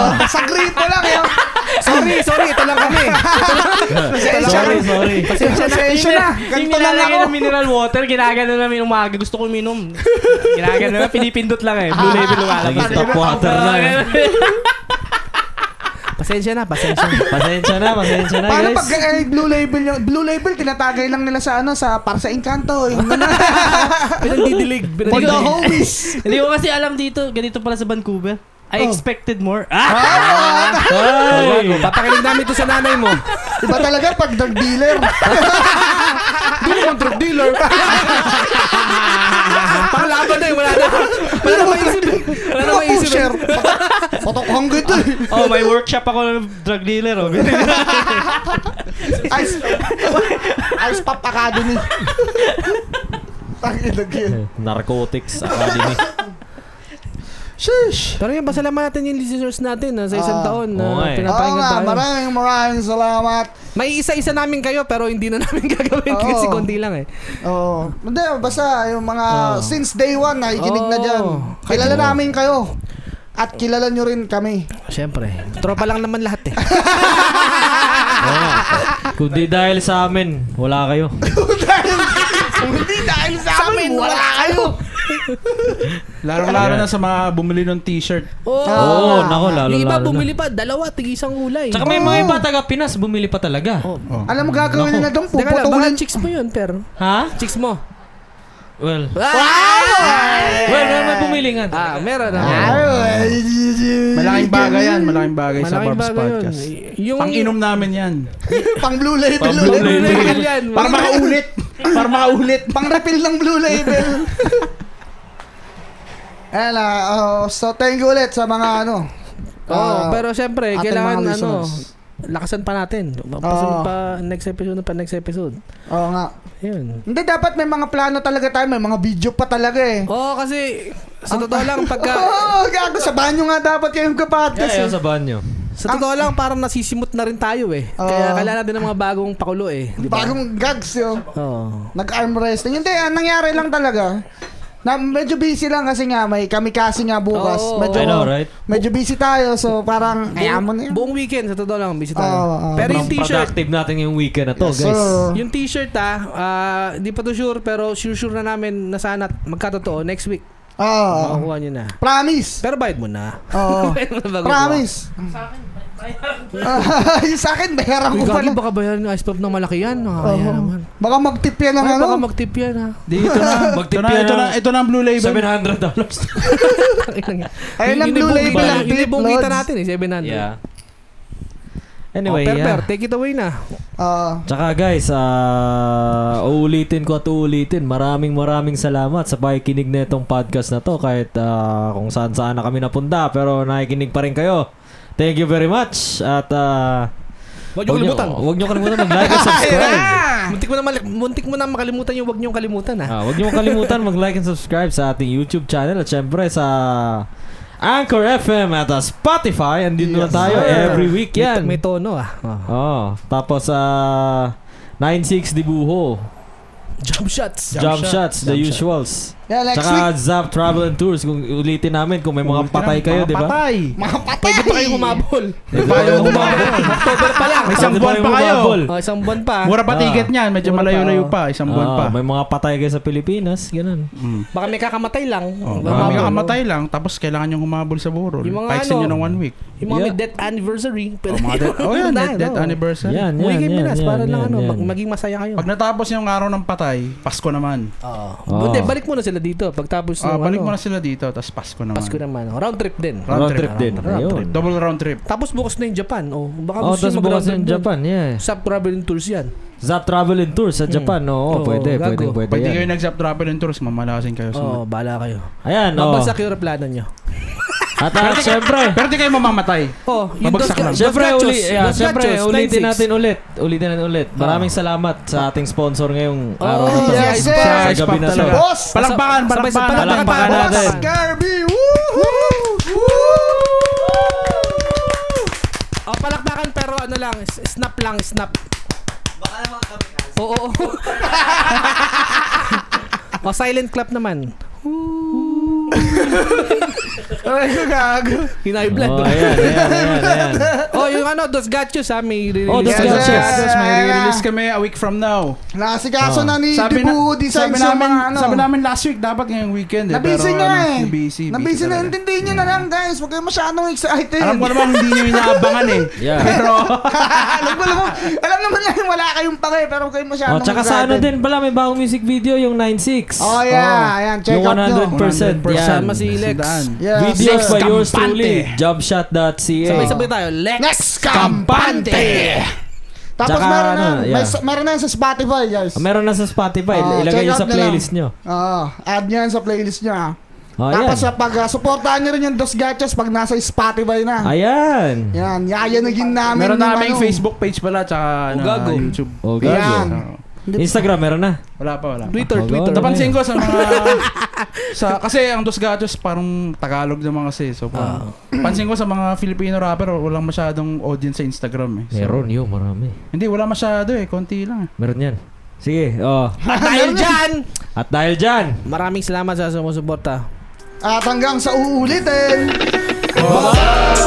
S2: sa grito lang eh. yun.
S1: Sorry, sorry, ito lang kami.
S2: Pasensya
S3: Sorry,
S2: na.
S3: sorry.
S2: Pasensya na.
S5: Yung
S2: Ganito lang
S5: nilalagay
S2: ako.
S5: ng mineral water, ginagano namin umaga. Gusto ko uminom. Ginagano na, pinipindot lang
S2: Ah.
S5: eh. Blue label lumalabas.
S3: Naging tap water na. eh.
S1: Pasensya na, pasensya na.
S3: Pasensya na, pasensya na
S2: Paano pag eh,
S3: guys.
S2: Blue Label yung Blue Label tinatagay lang nila sa ano sa para sa Encanto. Yung mga
S1: Pinagdidilig.
S2: for the
S1: pinagdidilig.
S2: homies.
S5: Hindi ko kasi alam dito, ganito pala sa Vancouver.
S2: Oh.
S5: I expected more. Ah!
S3: Ay!
S1: Papakilig namin ito sa nanay mo.
S2: Iba talaga pag drug dealer.
S1: Hindi naman drug dealer. Panglaban na eh, wala na. Wala na maisip. eh. Wala na
S2: Ano ba
S1: maisip. eh.
S2: pusher? Patokhang gito eh.
S5: Oh, may workshop ako ng drug dealer. Oh.
S2: Ice Ice Pop Academy. Tangidag yun.
S3: Narcotics Academy.
S2: Sheesh.
S1: Pero yun, pasalamat natin yung listeners natin na sa isang
S2: Ah.
S1: taon na
S3: Oo nga eh.
S2: Oo
S1: pinapakinggan
S2: nga,
S1: tayo.
S2: maraming maraming salamat.
S1: May isa-isa namin kayo pero hindi na namin gagawin
S2: Oo.
S1: kasi konti lang eh.
S2: Oo. Hindi, basta yung mga
S1: Oo.
S2: since day one nakikinig na
S1: Oo.
S2: dyan. Kilala namin kayo. At kilala nyo rin kami.
S1: Siyempre, tropa lang naman lahat eh.
S3: Ah, kundi dahil sa amin, wala kayo.
S2: Kung hindi dahil sa amin, wala kayo.
S4: Laro-laro na sa mga bumili ng t-shirt.
S1: Oo,
S3: Oo, oh, nako, lalo
S1: Yung iba
S3: lalo
S1: bumili
S3: na.
S1: pa, dalawa, tig isang kulay.
S3: Tsaka may mga iba taga Pinas, bumili pa talaga.
S4: Oh.
S2: Alam mo gagawin
S3: Naku.
S2: nila doon,
S1: Teka lang, baka
S2: puputulin.
S1: chicks mo yun, pero.
S3: Ha?
S1: Chicks mo.
S3: Well,
S1: Ah!
S3: well, may, may bumili nga.
S1: Ah, meron
S2: Ay,
S1: ah.
S2: ay,
S4: Malaking bagay yan, malaking bagay sa
S1: Malaking
S4: Barb's
S1: bagay yun. eh.
S4: Podcast.
S1: Yung...
S4: Pang-inom namin yan.
S2: Pang blue label
S3: Pang
S2: ulit.
S3: blue label.
S1: yan.
S4: Para makaulit. Para makaulit.
S2: Pang refill ng blue label. Ayan na, oh, so thank you ulit sa mga ano.
S1: Oo,
S2: ah,
S1: pero siyempre,
S2: ating
S1: kailangan
S2: mga
S1: ano,
S2: listeners.
S1: lakasan pa natin. Pasunod
S2: Oo.
S1: pa next episode na pa next episode.
S2: Oo nga.
S1: Yun.
S2: Hindi, dapat may mga plano talaga tayo. May mga video pa talaga eh.
S1: Oo, kasi sa totoo lang,
S2: Oo,
S1: pagka...
S2: gago. Sa banyo nga dapat kayong kapat
S3: Yeah,
S2: kasi.
S3: ayaw sa banyo.
S1: Sa totoo lang, parang nasisimot na rin tayo eh.
S2: Oo.
S1: Kaya kailangan natin ng mga bagong pakulo eh. Di ba?
S2: Bagong gags yun.
S1: Oo.
S2: Nag-arm wrestling. Hindi, ah, nangyari lang talaga. Na, medyo busy lang kasi nga may kami kasi nga bukas.
S1: Oo.
S2: medyo,
S3: I know, right?
S2: medyo busy tayo so parang kaya mo na yun.
S1: Buong weekend, sa totoo lang, busy tayo.
S2: Oo, oo.
S1: Pero yung
S3: Sobrang
S1: t-shirt,
S3: productive natin yung weekend na to,
S2: Yes,
S3: guys.
S2: sir.
S1: yung t-shirt ah, ah, di pa to sure, pero sure-sure na namin na sana magkatotoo next week.
S2: Oo.
S1: Makukuha nyo na.
S2: Promise.
S1: Pero bayad mo na.
S2: Oo.
S1: Bayad mo na bago
S2: Promise.
S5: Sa akin,
S2: Ah, yung sa akin, bayaran
S1: Uy,
S2: ko pa
S1: gagi,
S2: lang.
S1: baka bayaran yung ice pop ng malaki yan.
S2: Oo.
S1: Ah, yan naman.
S2: Baka magtip yan ng
S1: Ay,
S2: ano.
S1: baka mag-tip yan ah.
S4: Di, ito na. ito na,
S3: Magtipid
S4: ito na,
S3: na-
S4: ito na ang blue label.
S3: $700.
S2: Ayun
S1: Yun-
S2: ang
S1: yun yung
S2: blue
S1: buong
S2: label
S1: kita-
S2: ang
S1: Yun
S2: tip,
S1: yung buong kita
S2: Lods.
S1: natin eh, 700.
S3: yeah. Anyway,
S1: oh, per, per,
S3: yeah.
S1: take it away na.
S2: Oo.
S3: Tsaka guys, ah uulitin ko at uulitin, maraming maraming salamat sa pakikinig na itong podcast na to kahit ah, kung saan saan na kami napunta pero nakikinig pa rin kayo. Thank you very much at ah,
S1: Huwag Oh, nyo kalimutan.
S3: Huwag niyo kalimutan mag-like and subscribe.
S1: Muntik mo na, mali- muntik mo na makalimutan yung wag nyo kalimutan ah.
S3: Ah, huwag niyo kalimutan mag-like and subscribe sa ating YouTube channel at syempre sa Anchor FM at ah, Spotify. Andito na
S2: Yes,
S3: tayo
S1: sir.
S3: every week
S1: May
S3: yan.
S1: to- May, tono ah. Oh.
S3: Oh, tapos sa 96 Dibuho,
S1: Jump shots.
S3: Jump, Shots, The
S1: Jump shot.
S3: Usuals.
S2: Yeah, next
S3: Tsaka
S2: week.
S3: Zap Travel and Tours kung ulitin namin kung may mga
S4: Ulitin
S3: patay
S4: na,
S3: kayo,
S4: mga
S3: di ba?
S4: Patay.
S2: Makapatay.
S1: Pwede pa kayo humabol.
S3: Pwede pa kayo humabol.
S1: October pa lang.
S4: Isang
S3: Pwede
S4: buwan
S3: kayo
S4: pa kayo.
S3: humabol.
S1: Oh, isang buwan pa.
S4: Mura pa
S3: Ah.
S4: ticket niyan, medyo
S1: Mura pa,
S4: malayo-layo
S1: oh.
S4: pa, isang buwan
S3: Ah,
S4: pa.
S3: May Oh, mga patay kayo sa Pilipinas, ganun.
S4: Mm.
S1: Baka may kakamatay lang. Baka
S4: Oh, marami
S1: humabol.
S4: kakamatay lang, tapos kailangan yung humabol sa burol.
S1: Yung mga
S4: Paiksin
S1: ano,
S4: nyo ng one week.
S1: Yung mga may
S3: Yeah.
S1: death anniversary. Pero
S4: Oh, mga death, oh yan, death, death anniversary.
S3: Yan,
S1: Uwi
S3: yan,
S1: kayo
S3: yan,
S1: Pinas
S3: yan,
S1: para lang
S3: yan,
S1: ano,
S3: yan.
S1: mag- maging masaya kayo.
S4: Pag natapos yung araw ng patay, Pasko naman.
S1: Oo.
S3: Oo.
S1: Hindi, balik muna sila dito. Pagtapos
S4: Ah,
S1: ng
S4: balik
S1: ano,
S4: mo na sila dito, tapos Pasko naman.
S1: Pasko naman. oh. Round trip din.
S4: Round
S3: Road trip
S4: trip.
S3: din.
S1: Round trip.
S3: Ayun.
S4: Double round trip.
S1: Tapos bukas na yung Japan. Oh, baka
S3: Oh,
S1: gusto
S3: tapos
S1: nyo
S3: bukas
S1: mag-round trip
S3: yung
S1: doon.
S3: Japan, yeah.
S1: Sa traveling tours yan.
S3: Zap Travel and Tours sa
S1: Hmm.
S3: Japan,
S1: Oo,
S3: oo, pwede,
S1: gago.
S3: pwede, pwede,
S4: Pwede kayo
S3: yan.
S4: nag-zap travel and tours, mamalasin kayo.
S1: Oo,
S4: Oh.
S1: bahala kayo.
S3: Ayan, oo.
S1: Mabagsak yung plano nyo.
S3: At ah, syempre,
S4: Pero di kayo mamamatay.
S1: Oh, yung
S4: Babagsak
S1: Dos, Ga-
S4: lang.
S1: Dos
S3: Siyempre,
S1: Gachos.
S3: uli, yeah,
S1: Dos
S3: siyempre,
S1: Gachos,
S3: ulitin
S1: 9-6.
S3: natin ulit. Ulitin natin ulit. Maraming salamat sa ating sponsor ngayong
S1: Oh,
S3: araw na to.
S2: yes,
S3: sa,
S2: sir.
S3: sa gabi na to.
S4: Talaga.
S2: Boss!
S4: Palakpakan,
S1: Sabay- sabay-
S4: palakpakan.
S3: palakpakan
S1: palakpakan
S3: natin.
S2: Boss Garvey! Woohoo!
S1: Oh, palakpakan pero ano lang, s- snap lang, snap. Baka naman kami Oo, oo. oh, silent clap naman.
S2: Ay, gago.
S1: Hinay blood.
S3: Oh,
S1: Oh,
S3: ayan, ayan, ayan, ayan.
S1: yung ano, Dos Gachos ha, may release.
S3: Oh, Dos
S2: Yes,
S3: Gachos.
S2: yes,
S4: Yes, may
S2: ayan na.
S4: release kami a week from now.
S2: Nasikaso na ni
S4: Sabi na,
S2: Dibu Design
S4: sabi
S2: sa
S4: namin,
S2: mga ano.
S4: sabi namin last week dapat ngayong weekend eh.
S2: Nabisi
S4: pero
S2: nga
S4: ano,
S2: eh.
S4: Nabisi.
S2: Nabisi na.
S4: talaga.
S2: Intindihin nyo na lang
S3: Mm.
S2: guys. Huwag kayo masyadong excited.
S4: Alam ko naman hindi nyo inaabangan eh.
S3: Yeah.
S4: Pero,
S2: alam ko naman. Alam naman na wala kayong pake pero huwag kayo masyadong
S3: Oh, tsaka sa ano
S2: excited.
S3: din pala, may bagong music video, yung 96.
S2: Oh yeah, ayan, check
S3: yung
S2: out nyo.
S3: 100%. Yan.
S1: Sama si Lex.
S4: sandaan.
S2: Yes.
S3: Videos by yours
S4: Kampante.
S3: truly, jobshot.ca.
S1: Sabay-sabay tayo. Lex
S2: Next Kampante! Tapos
S3: Tsaka
S2: meron na,
S3: ano, yeah.
S2: may, meron na yan sa Spotify guys.
S3: Ah, Meron na sa Spotify,
S2: Oh, check
S3: ilagay nyo
S2: out na
S3: sa
S2: lang.
S3: playlist nyo.
S2: Oo, add nyo yan sa playlist nyo ah.
S3: Oh,
S2: Tapos
S3: ayan.
S2: sa pag uh, supportahan nyo rin yung Dos Gachos pag nasa Spotify na.
S3: Ayan.
S2: Yan, yayanagin namin.
S4: Meron
S2: yung
S4: na kaming
S2: ano.
S4: Facebook page pala tsaka ano,
S1: Ugago.
S4: YouTube.
S3: Oh,
S2: Ayan.
S3: gago. Instagram, meron na.
S4: Wala pa, wala pa.
S1: Twitter,
S3: Oh,
S1: Twitter.
S3: God.
S4: Napansin ko sa mga sa kasi ang Dos Gatos parang Tagalog naman kasi. eh. So parang, pansin ko sa mga Filipino rapper walang masyadong audience sa Instagram eh. So,
S3: Meron yun, marami.
S4: Hindi wala masyado eh, konti lang. eh.
S3: Meron yan. Sige, oh.
S1: At dahil dyan,
S3: At dahil dyan,
S1: maraming salamat sa sumusuporta.
S2: At hanggang sa uulitin.
S4: Oh.